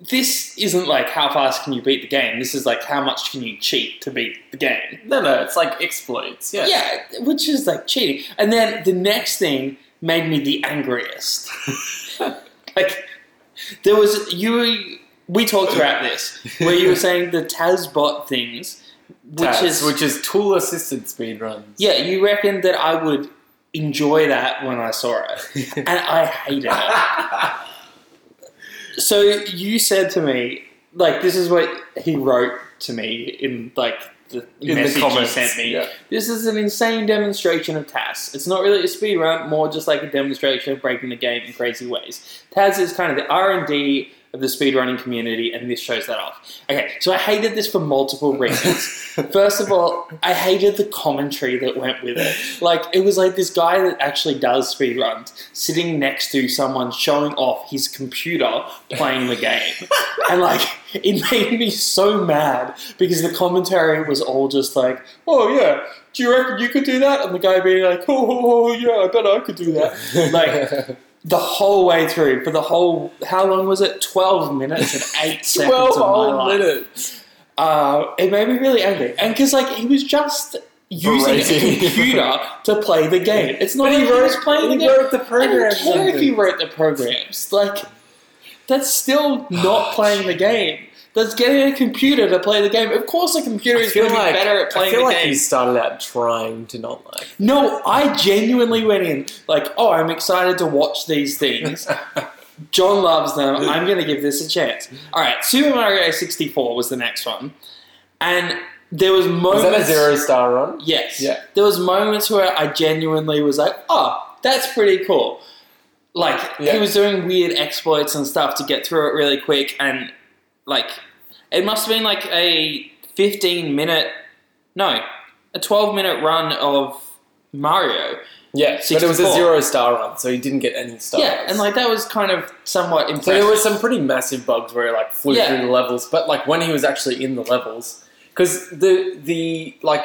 Speaker 2: this isn't like how fast can you beat the game. This is like how much can you cheat to beat the game.
Speaker 1: No, no, it's like exploits. Yeah.
Speaker 2: Yeah, which is like cheating. And then the next thing made me the angriest. like there was you. We talked about this where you were saying the Tazbot things, which
Speaker 1: Tats,
Speaker 2: is
Speaker 1: which is tool assisted speedruns.
Speaker 2: yeah. You reckon that I would enjoy that when I saw it, and I hated it. So you said to me, like, this is what he wrote to me in like the
Speaker 1: In
Speaker 2: message
Speaker 1: the comments,
Speaker 2: he sent me.
Speaker 1: yeah.
Speaker 2: This is an insane demonstration of Taz. It's not really a speed run, more just like a demonstration of breaking the game in crazy ways. Taz is kind of the R and D of the speedrunning community, and this shows that off. Okay, so I hated this for multiple reasons. First of all, I hated the commentary that went with it. Like, it was like this guy that actually does speedruns sitting next to someone showing off his computer playing the game. And, like, it made me so mad because the commentary was all just like, oh, yeah, do you reckon you could do that? And the guy being like, oh, oh, oh yeah, I bet I could do that. Like, the whole way through, for the whole, how long was it? 12 minutes and 8 seconds
Speaker 1: twelve
Speaker 2: of my
Speaker 1: whole
Speaker 2: life
Speaker 1: minutes.
Speaker 2: uh, it made me really angry. And because, like, he was just using
Speaker 1: Berating.
Speaker 2: a computer to play the game. It's not
Speaker 1: But he
Speaker 2: even
Speaker 1: wrote-
Speaker 2: just playing the
Speaker 1: he
Speaker 2: game.
Speaker 1: wrote the
Speaker 2: I don't
Speaker 1: programs
Speaker 2: care if
Speaker 1: something.
Speaker 2: he wrote the programs. Like, that's still not playing the game. That's getting a computer to play the game. Of course, a computer
Speaker 1: I
Speaker 2: is going
Speaker 1: feel
Speaker 2: to be
Speaker 1: like,
Speaker 2: better at
Speaker 1: I
Speaker 2: playing
Speaker 1: feel
Speaker 2: the
Speaker 1: like
Speaker 2: game.
Speaker 1: he started out trying to not like.
Speaker 2: No, I genuinely went in like, oh, I'm excited to watch these things. John loves them. I'm going to give this a chance. All right, Super Mario 64 was the next one, and there was
Speaker 1: Was
Speaker 2: moments.
Speaker 1: that a zero star run?
Speaker 2: Yes.
Speaker 1: Yeah.
Speaker 2: There was moments where I genuinely was like, oh, that's pretty cool. Like
Speaker 1: Yeah.
Speaker 2: he was doing weird exploits and stuff to get through it really quick, and like it must have been like a 15 minute, no, a 12 minute run of Mario.
Speaker 1: Yeah, but it was a
Speaker 2: 64.
Speaker 1: zero star run, so he didn't get any stars.
Speaker 2: Yeah, and like that was kind of
Speaker 1: so
Speaker 2: somewhat impressive.
Speaker 1: there were some pretty massive bugs where he like flew
Speaker 2: Yeah.
Speaker 1: through the levels, but like when he was actually in the levels, because the the like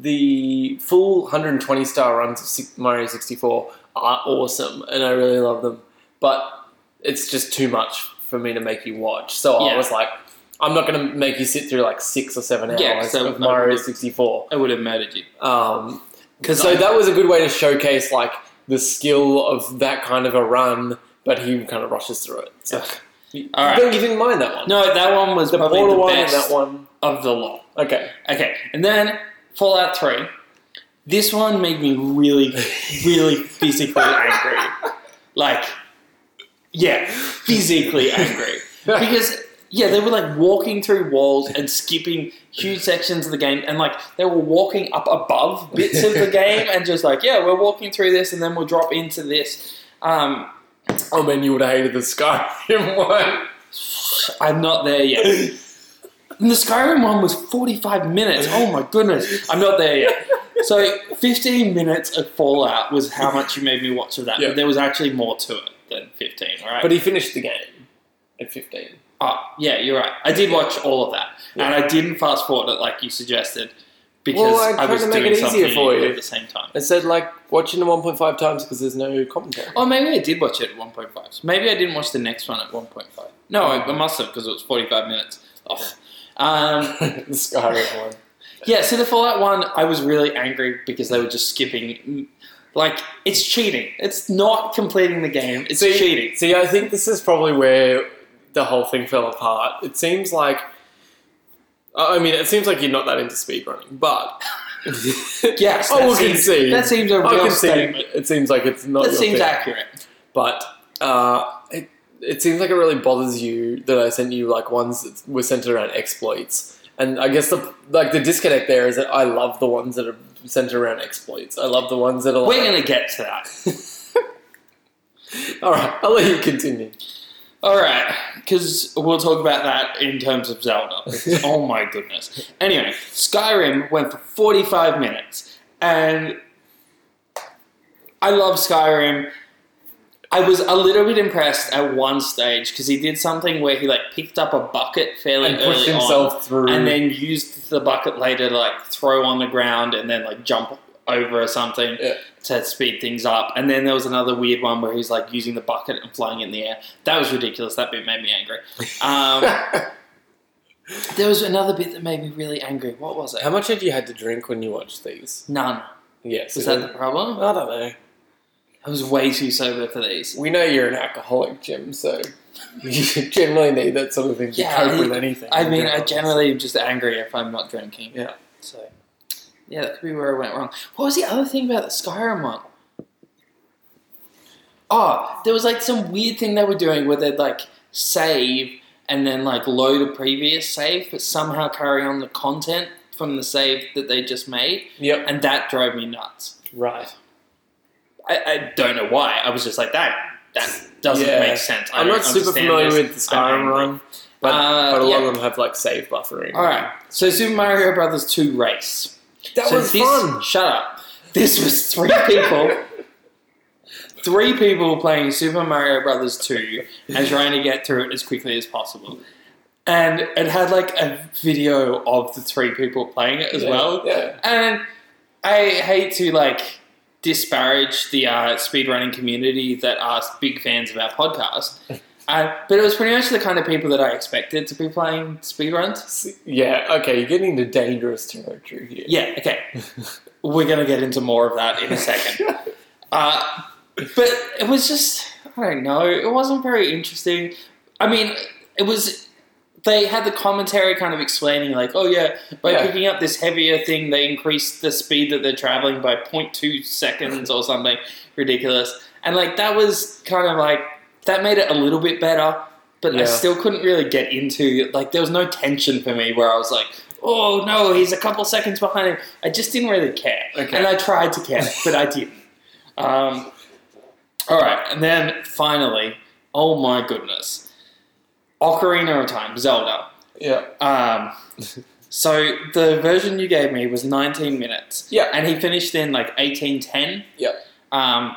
Speaker 1: the full 120 star runs of Sig- Mario 64 are awesome, and I really love them, but it's just too much for me to make you watch. So
Speaker 2: Yeah.
Speaker 1: I was like, I'm not going to make you sit through like six or seven hours
Speaker 2: Yeah, 'cause that
Speaker 1: of
Speaker 2: would- that would
Speaker 1: Mario
Speaker 2: be-
Speaker 1: 64.
Speaker 2: I would have murdered you.
Speaker 1: Um,
Speaker 2: 'Cause
Speaker 1: so
Speaker 2: I-
Speaker 1: that was a good way to showcase like the skill of that kind of a run, but he kind of rushes through it. So you,
Speaker 2: All right.
Speaker 1: you don't- you didn't mind that one.
Speaker 2: No, that one was
Speaker 1: the
Speaker 2: probably
Speaker 1: Portal
Speaker 2: the
Speaker 1: one and
Speaker 2: best
Speaker 1: that one.
Speaker 2: of the lot.
Speaker 1: Okay.
Speaker 2: Okay, and then Fallout 3. This one made me really, really physically angry. Like, yeah, physically angry. Because, yeah, they were like walking through walls and skipping huge sections of the game, and like they were walking up above bits of the game and just like, yeah, we're walking through this and then we'll drop into this. Um,
Speaker 1: Oh man, you would have hated the Skyrim one.
Speaker 2: I'm not there yet. And the Skyrim one was 45 minutes. Oh my goodness. I'm not there yet. So 15 minutes of Fallout was how much you made me watch of that.
Speaker 1: Yeah.
Speaker 2: But there was actually more to it than 15, all right?
Speaker 1: But he finished the game at 15.
Speaker 2: oh, yeah, you're right. I did watch all of that. And I didn't fast forward it like you suggested because
Speaker 1: Well, I'm
Speaker 2: I
Speaker 1: trying
Speaker 2: was
Speaker 1: to make it
Speaker 2: doing
Speaker 1: easier
Speaker 2: something
Speaker 1: for you.
Speaker 2: at the same time.
Speaker 1: It said like watching it 1.5 times because there's no commentary.
Speaker 2: Oh, maybe I did watch it at 1.5. So Maybe I didn't watch the next one at 1.5. No, I, I must have because it was 45 minutes. Oh. Um,
Speaker 1: the Skyrim one.
Speaker 2: Yeah, so the Fallout one, I was really angry because they were just skipping. Like, it's cheating. It's not completing the game. It's
Speaker 1: see,
Speaker 2: cheating.
Speaker 1: See, I think this is probably where the whole thing fell apart. It seems like, I I mean, it seems like you're not that into speedrunning, but
Speaker 2: Yes,
Speaker 1: Oh, I
Speaker 2: that
Speaker 1: will
Speaker 2: seems-
Speaker 1: concede.
Speaker 2: That seems a
Speaker 1: I
Speaker 2: real
Speaker 1: concede.
Speaker 2: statement.
Speaker 1: It seems like it's not.
Speaker 2: That
Speaker 1: your
Speaker 2: seems
Speaker 1: thing.
Speaker 2: accurate.
Speaker 1: but uh, it it seems like it really bothers you that I sent you like ones that were centered around exploits. And I guess the like the disconnect there is that I love the ones that are centered around exploits. I love the ones that are
Speaker 2: We're
Speaker 1: like,
Speaker 2: going to get to that.
Speaker 1: all right. I'll let you continue.
Speaker 2: All right. because we'll talk about that in terms of Zelda. because, oh my goodness. Anyway, Skyrim went for 45 minutes, and I love Skyrim. I was a little bit impressed at one stage because he did something where he like picked up a bucket fairly
Speaker 1: and pushed
Speaker 2: early
Speaker 1: himself
Speaker 2: on,
Speaker 1: through.
Speaker 2: and then used the bucket later to like throw on the ground and then like jump over or something
Speaker 1: Yeah.
Speaker 2: to speed things up. And then there was another weird one where he's like using the bucket and flying in the air. That was ridiculous. That bit made me angry. Um, there was another bit that made me really angry. What was it?
Speaker 1: How much had you had to drink when you watched these?
Speaker 2: None.
Speaker 1: Yes.
Speaker 2: Was that the problem?
Speaker 1: I don't know.
Speaker 2: I was way too sober for these.
Speaker 1: We know you're an alcoholic, Jim, so you generally need that sort of thing
Speaker 2: Yeah,
Speaker 1: to cope
Speaker 2: I-
Speaker 1: with anything.
Speaker 2: I mean, I generally am just angry if I'm not drinking.
Speaker 1: Yeah.
Speaker 2: So, yeah, that could be where I went wrong. What was the other thing about the Skyrim one? Oh, there was like some weird thing they were doing where they'd like save and then like load a previous save, but somehow carry on the content from the save that they just made,
Speaker 1: Yep.
Speaker 2: and that drove me nuts.
Speaker 1: Right.
Speaker 2: I, I don't know why. I was just like that. That doesn't
Speaker 1: Yeah.
Speaker 2: make sense. I
Speaker 1: I'm not
Speaker 2: don't
Speaker 1: super
Speaker 2: understand
Speaker 1: familiar
Speaker 2: this.
Speaker 1: with the
Speaker 2: I'm
Speaker 1: Skyrim
Speaker 2: angry.
Speaker 1: run, but,
Speaker 2: Uh,
Speaker 1: but a lot
Speaker 2: yeah.
Speaker 1: of them have like save buffering.
Speaker 2: All right. So Super Mario Brothers 2 race.
Speaker 1: That
Speaker 2: So
Speaker 1: was
Speaker 2: this-
Speaker 1: fun.
Speaker 2: Shut up. This was three people. three people playing Super Mario Brothers 2 and trying to get through it as quickly as possible. And it had like a video of the three people playing it as
Speaker 1: Yeah,
Speaker 2: well.
Speaker 1: Yeah.
Speaker 2: And I hate to like disparage the uh, speedrunning community that are big fans of our podcast. Uh, but it was pretty much the kind of people that I expected to be playing speedruns.
Speaker 1: S- Yeah. Okay, you're getting into dangerous territory here.
Speaker 2: Yeah, okay. We're going to get into more of that in a second. Uh, but it was just, I don't know, it wasn't very interesting. I mean, it was, they had the commentary kind of explaining, like, oh yeah, by
Speaker 1: Yeah.
Speaker 2: picking up this heavier thing, they increased the speed that they're traveling by 0.2 seconds or something ridiculous. And like, that was kind of like, that made it a little bit better. But I
Speaker 1: Yeah.
Speaker 2: still couldn't really get into like there was no tension for me where I was like, oh no, he's a couple seconds behind him. I just didn't really care.
Speaker 1: Okay.
Speaker 2: And I tried to care, but I didn't. Um, all right, and then finally, oh my goodness, Ocarina of Time, Zelda.
Speaker 1: Yeah.
Speaker 2: Um, so the version you gave me was 19 minutes.
Speaker 1: Yeah.
Speaker 2: And he finished in like 1810.
Speaker 1: Yeah.
Speaker 2: Um,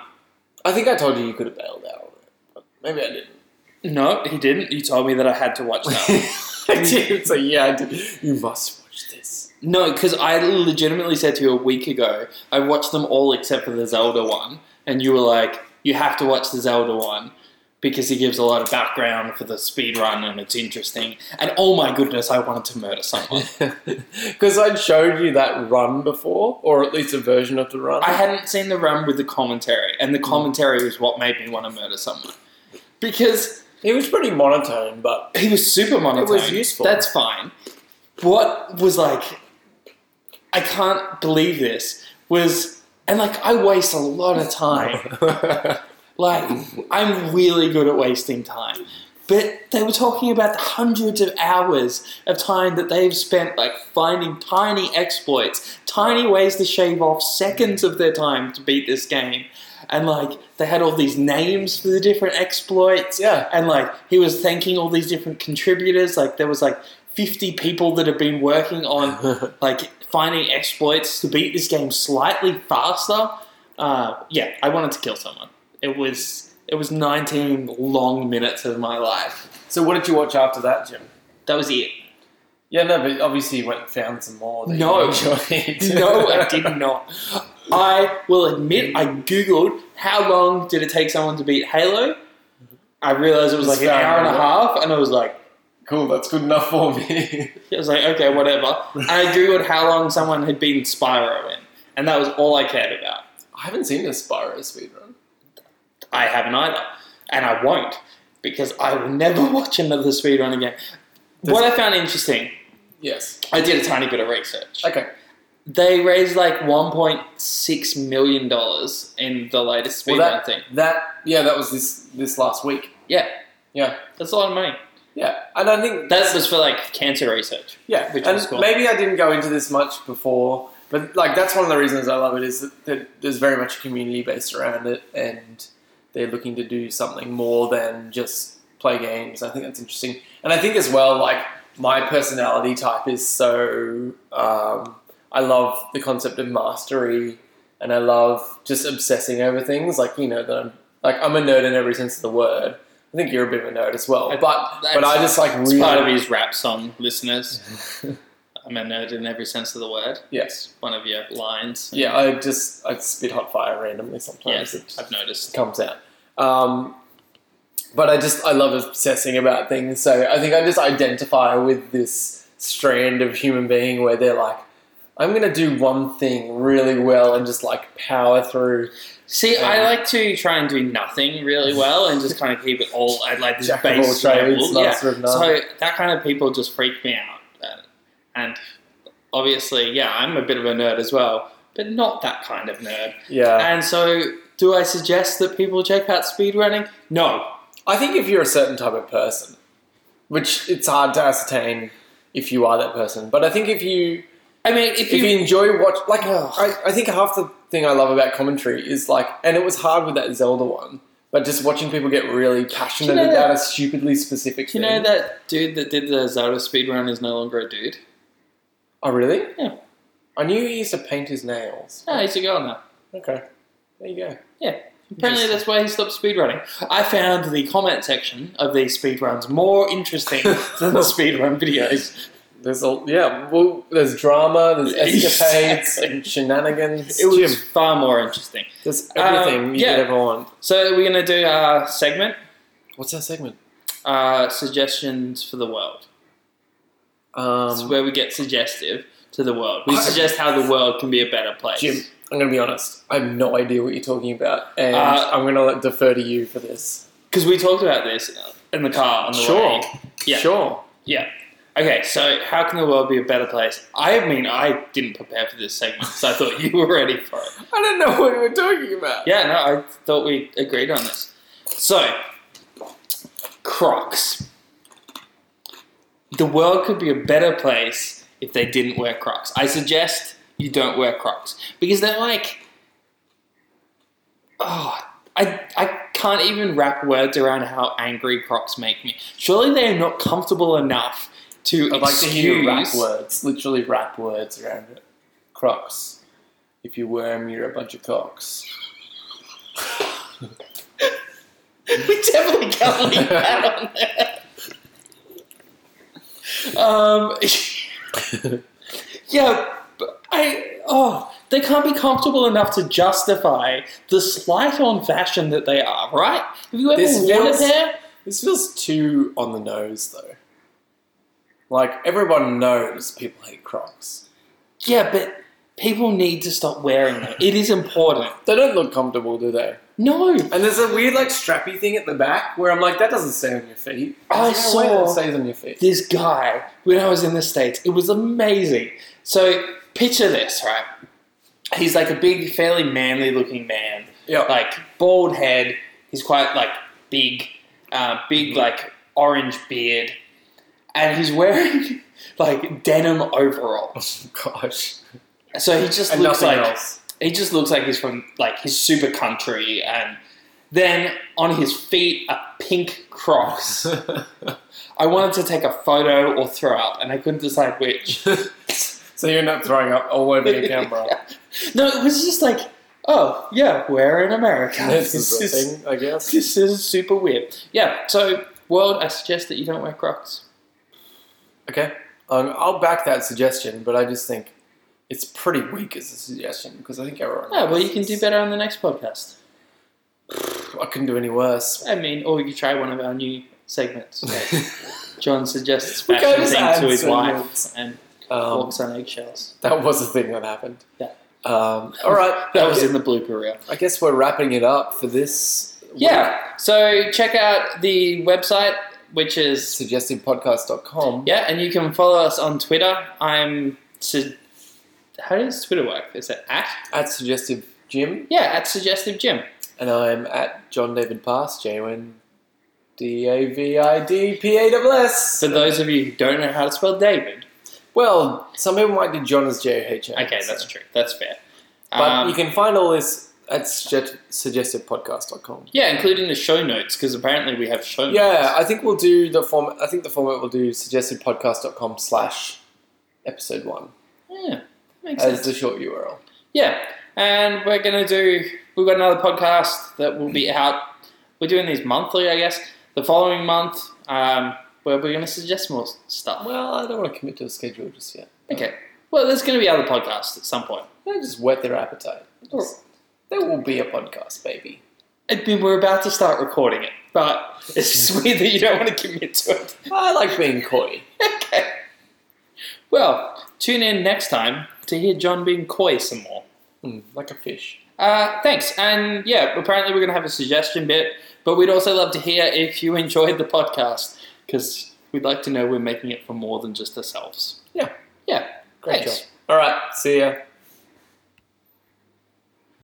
Speaker 1: I think I told you you could have bailed out. on it, but Maybe I didn't.
Speaker 2: no, he didn't. You told me that I had to watch that.
Speaker 1: I did. So yeah, I did. You must watch this.
Speaker 2: No, because I legitimately said to you a week ago, I watched them all except for the Zelda one, and you were like, you have to watch the Zelda one because he gives a lot of background for the speed run and it's interesting. And oh my goodness, I wanted to murder someone.
Speaker 1: Because I'd showed you that run before, or at least a version of the run.
Speaker 2: I hadn't seen the run with the commentary, and the commentary was what made me want to murder someone because
Speaker 1: it was pretty monotone, but
Speaker 2: he was super monotone.
Speaker 1: useful.
Speaker 2: That's fine. What was like, I can't believe this was, and like I waste a lot of time. Like, I'm really good at wasting time. But they were talking about the hundreds of hours of time that they've spent, like, finding tiny exploits, tiny ways to shave off seconds of their time to beat this game. And, like, they had all these names for the different exploits.
Speaker 1: Yeah.
Speaker 2: And, like, he was thanking all these different contributors. Like, there was, like, 50 people that have been working on, like, finding exploits to beat this game slightly faster. Uh, yeah, I wanted to kill someone. It was it was 19 long minutes of my life.
Speaker 1: so what did you watch after that, Jim?
Speaker 2: That was it.
Speaker 1: Yeah, no, but obviously you went and found some more. That
Speaker 2: No.
Speaker 1: you enjoyed.
Speaker 2: No, I did not. I will admit, I googled how long did it take someone to beat Halo. I realized it was like an hour and a half, and I was like,
Speaker 1: Cool, that's good enough for me.
Speaker 2: I was like, okay, whatever. And I googled how long someone had beaten Spyro in, and that was all I cared about.
Speaker 1: I haven't seen a Spyro speedrun.
Speaker 2: I haven't either, and I won't because I will never watch another speedrun again. What I found interesting
Speaker 1: Yes.
Speaker 2: I did a tiny bit of research.
Speaker 1: Okay.
Speaker 2: They raised like 1.6 million dollars in the latest
Speaker 1: Well,
Speaker 2: speedrun
Speaker 1: that
Speaker 2: thing.
Speaker 1: that yeah, that was this this last week.
Speaker 2: Yeah,
Speaker 1: Yeah.
Speaker 2: that's a lot of money.
Speaker 1: Yeah, and I think
Speaker 2: That was for like cancer research.
Speaker 1: Yeah,
Speaker 2: Which
Speaker 1: and
Speaker 2: was cool.
Speaker 1: maybe I didn't go into this much before, but like that's one of the reasons I love it is that, that there's very much a community based around it, and they're looking to do something more than just play games. I think that's interesting, and I think as well, like my personality type is so. Um, I love the concept of mastery, and I love just obsessing over things. Like you know that I'm like I'm a nerd in every sense of the word. I think you're a bit of a nerd as well,
Speaker 4: I-
Speaker 1: but but
Speaker 2: That's-
Speaker 1: I just like
Speaker 2: It's
Speaker 1: really
Speaker 2: part of his rap song, listeners. I'm a nerd in every sense of the word.
Speaker 1: yes
Speaker 2: One of your lines.
Speaker 1: yeah. I just I spit hot fire randomly sometimes.
Speaker 2: Yes,
Speaker 1: It just-
Speaker 2: I've noticed.
Speaker 1: comes out. Um, but I just I love obsessing about things, so I think I just identify with this strand of human being where they're like, I'm gonna do one thing really well and just like power through.
Speaker 2: See, I
Speaker 1: Um,
Speaker 2: like to try and do nothing really well and just kind of keep it all at like this
Speaker 1: Jack of all
Speaker 2: base
Speaker 1: trades,
Speaker 2: level. Yeah.
Speaker 1: master of none.
Speaker 2: So that kind of people just freak me out. Uh, And obviously, yeah, I'm a bit of a nerd as well, but not that kind of nerd.
Speaker 1: yeah,
Speaker 2: And so, do I suggest that people check out speedrunning? No.
Speaker 1: I think if you're a certain type of person, which it's hard to ascertain if you are that person, but I think if you
Speaker 2: I mean, if
Speaker 1: if
Speaker 2: you
Speaker 1: you enjoy watch like I, I think half the thing I love about commentary is like and it was hard with that Zelda one, but just watching people get really passionate
Speaker 2: Do you know
Speaker 1: about
Speaker 2: that-
Speaker 1: a stupidly specific
Speaker 2: Do you
Speaker 1: thing.
Speaker 2: know that dude that did the Zelda speedrun is no longer a dude?
Speaker 1: Oh really?
Speaker 2: Yeah. Ah.
Speaker 1: I knew he used to paint his nails.
Speaker 2: No, he's a girl now.
Speaker 1: Okay. There you go.
Speaker 2: Apparently that's why he stopped speedrunning. I found the comment section of these speedruns more interesting than the speedrun videos.
Speaker 1: There's a yeah, well there's drama, there's escapades
Speaker 2: Exactly.
Speaker 1: and shenanigans.
Speaker 2: It was
Speaker 1: Jim,
Speaker 2: far more interesting.
Speaker 1: there's
Speaker 2: um,
Speaker 1: everything you
Speaker 2: yeah.
Speaker 1: could ever want.
Speaker 2: So we're going to do our segment,
Speaker 1: What's that segment?
Speaker 2: uh, Suggestions for the World. This is
Speaker 1: Um,
Speaker 2: where we get suggestive to the world. We
Speaker 1: I-
Speaker 2: suggest how the world can be a better place.
Speaker 1: Jim, I'm gonna be honest. I have no idea what you're talking about, and
Speaker 2: Uh,
Speaker 1: I'm gonna let, defer to you for this.
Speaker 2: Because we talked about this in the car on the
Speaker 1: Sure.
Speaker 2: way. Yeah.
Speaker 1: Sure.
Speaker 2: Yeah. Okay, so how can the world be a better place? I mean, I didn't prepare for this segment, so I thought you were ready for it.
Speaker 1: I don't know what we're talking about.
Speaker 2: Yeah, no, I thought we agreed on this. So, Crocs. The world could be a better place if they didn't wear Crocs. I suggest you don't wear Crocs because they're like, oh, I, I can't even wrap words around how angry Crocs make me. Surely they are not comfortable enough to
Speaker 1: I'd like to
Speaker 2: excuse.
Speaker 1: hear rap words, literally rap words around it. Crocs. If you wear 'em, you're a bunch of cocks.
Speaker 2: we definitely can't leave that on there. Um, yeah, but I oh, they can't be comfortable enough to justify the slight on fashion that they are, right? Have you ever
Speaker 1: This
Speaker 2: worn a
Speaker 1: feels-
Speaker 2: pair?
Speaker 1: This feels too on the nose, though. Like, everyone knows people hate Crocs.
Speaker 2: Yeah, but people need to stop wearing them. It is important.
Speaker 1: They don't look comfortable, do they?
Speaker 2: No,
Speaker 1: And there's a weird, like, strappy thing at the back where I'm like, that doesn't stay on your feet.
Speaker 2: I
Speaker 1: There's no way
Speaker 2: saw-
Speaker 1: that stays on your feet.
Speaker 2: this guy when I was in the States. It was amazing. So picture this, right? He's like a big, fairly manly looking man,
Speaker 1: Yeah. Oh,
Speaker 2: like bald head. He's quite like big, uh,
Speaker 1: Mm-hmm.
Speaker 2: big like orange beard, and he's wearing like denim overalls.
Speaker 1: Gosh.
Speaker 2: So he just
Speaker 1: And
Speaker 2: looks
Speaker 1: nothing
Speaker 2: like
Speaker 1: else.
Speaker 2: he just looks like he's from like he's super country, and then on his feet are pink Crocs. I wanted to take a photo or throw up, and I couldn't decide which.
Speaker 1: so you're not throwing up all over your camera.
Speaker 2: No, it was just like, oh yeah, we're in America.
Speaker 1: this is a thing, I guess.
Speaker 2: This is super weird. Yeah. So, world, I suggest that you don't wear Crocs.
Speaker 1: Okay, um, I'll back that suggestion, but I just think it's pretty weak as a suggestion because I think everyone.
Speaker 2: Yeah. Well,
Speaker 1: knows
Speaker 2: you can do
Speaker 1: this.
Speaker 2: better on the next podcast.
Speaker 1: I couldn't do any worse. Um,
Speaker 2: I mean, or you try one of our new segments. John suggests
Speaker 1: We can't
Speaker 2: fashion things
Speaker 1: just
Speaker 2: to
Speaker 1: add
Speaker 2: his
Speaker 1: segments.
Speaker 2: wife and
Speaker 1: um,
Speaker 2: walks on eggshells.
Speaker 1: that was a thing that happened.
Speaker 2: Yeah.
Speaker 1: Um, all right.
Speaker 2: That was
Speaker 1: okay.
Speaker 2: in the blooper reel.
Speaker 1: I guess we're wrapping it up for this.
Speaker 2: Yeah. So check out the website, which is
Speaker 1: Suggestivepodcast.com.
Speaker 2: Yeah, and you can follow us on Twitter. I'm su- how does Twitter work? Is it at?
Speaker 1: At suggestive Jim,
Speaker 2: Yeah, at suggestive Jim.
Speaker 1: and I'm at John David Pass. J O N D A V I D P A double S.
Speaker 2: For those of you who don't know how to spell David,
Speaker 1: Well, some people might do John as J O H N.
Speaker 2: okay, that's true. That's fair.
Speaker 1: But
Speaker 2: Um,
Speaker 1: you can find all this at suggest- suggestedpodcast.com.
Speaker 2: Yeah, including the show notes because apparently we have show notes.
Speaker 1: Yeah, I think we'll do the format. I think the format will do suggestedpodcast.com slash episode one
Speaker 2: yeah, makes sense.
Speaker 1: as the short URL.
Speaker 2: Yeah, and we're gonna do. We've got another podcast that will be out. We're doing these monthly, I guess. The following month, um, where we're gonna suggest more stuff.
Speaker 1: Well, I don't want to commit to a schedule just yet.
Speaker 2: Okay. Well, there's gonna be other podcasts at some point.
Speaker 1: They just whet their appetite. Just- there will be a podcast, baby.
Speaker 2: I mean, we're about to start recording it, but it's just weird that you don't want to commit to it.
Speaker 1: I like being coy.
Speaker 2: Okay. Well, tune in next time to hear John being coy some more.
Speaker 1: Mm, like a fish.
Speaker 2: Uh, thanks. And yeah, apparently we're going to have a suggestion bit, but we'd also love to hear if you enjoyed the podcast because we'd like to know we're making it for more than just ourselves.
Speaker 1: Yeah.
Speaker 2: Yeah.
Speaker 1: Great
Speaker 2: Thanks.
Speaker 1: job. All right. See ya.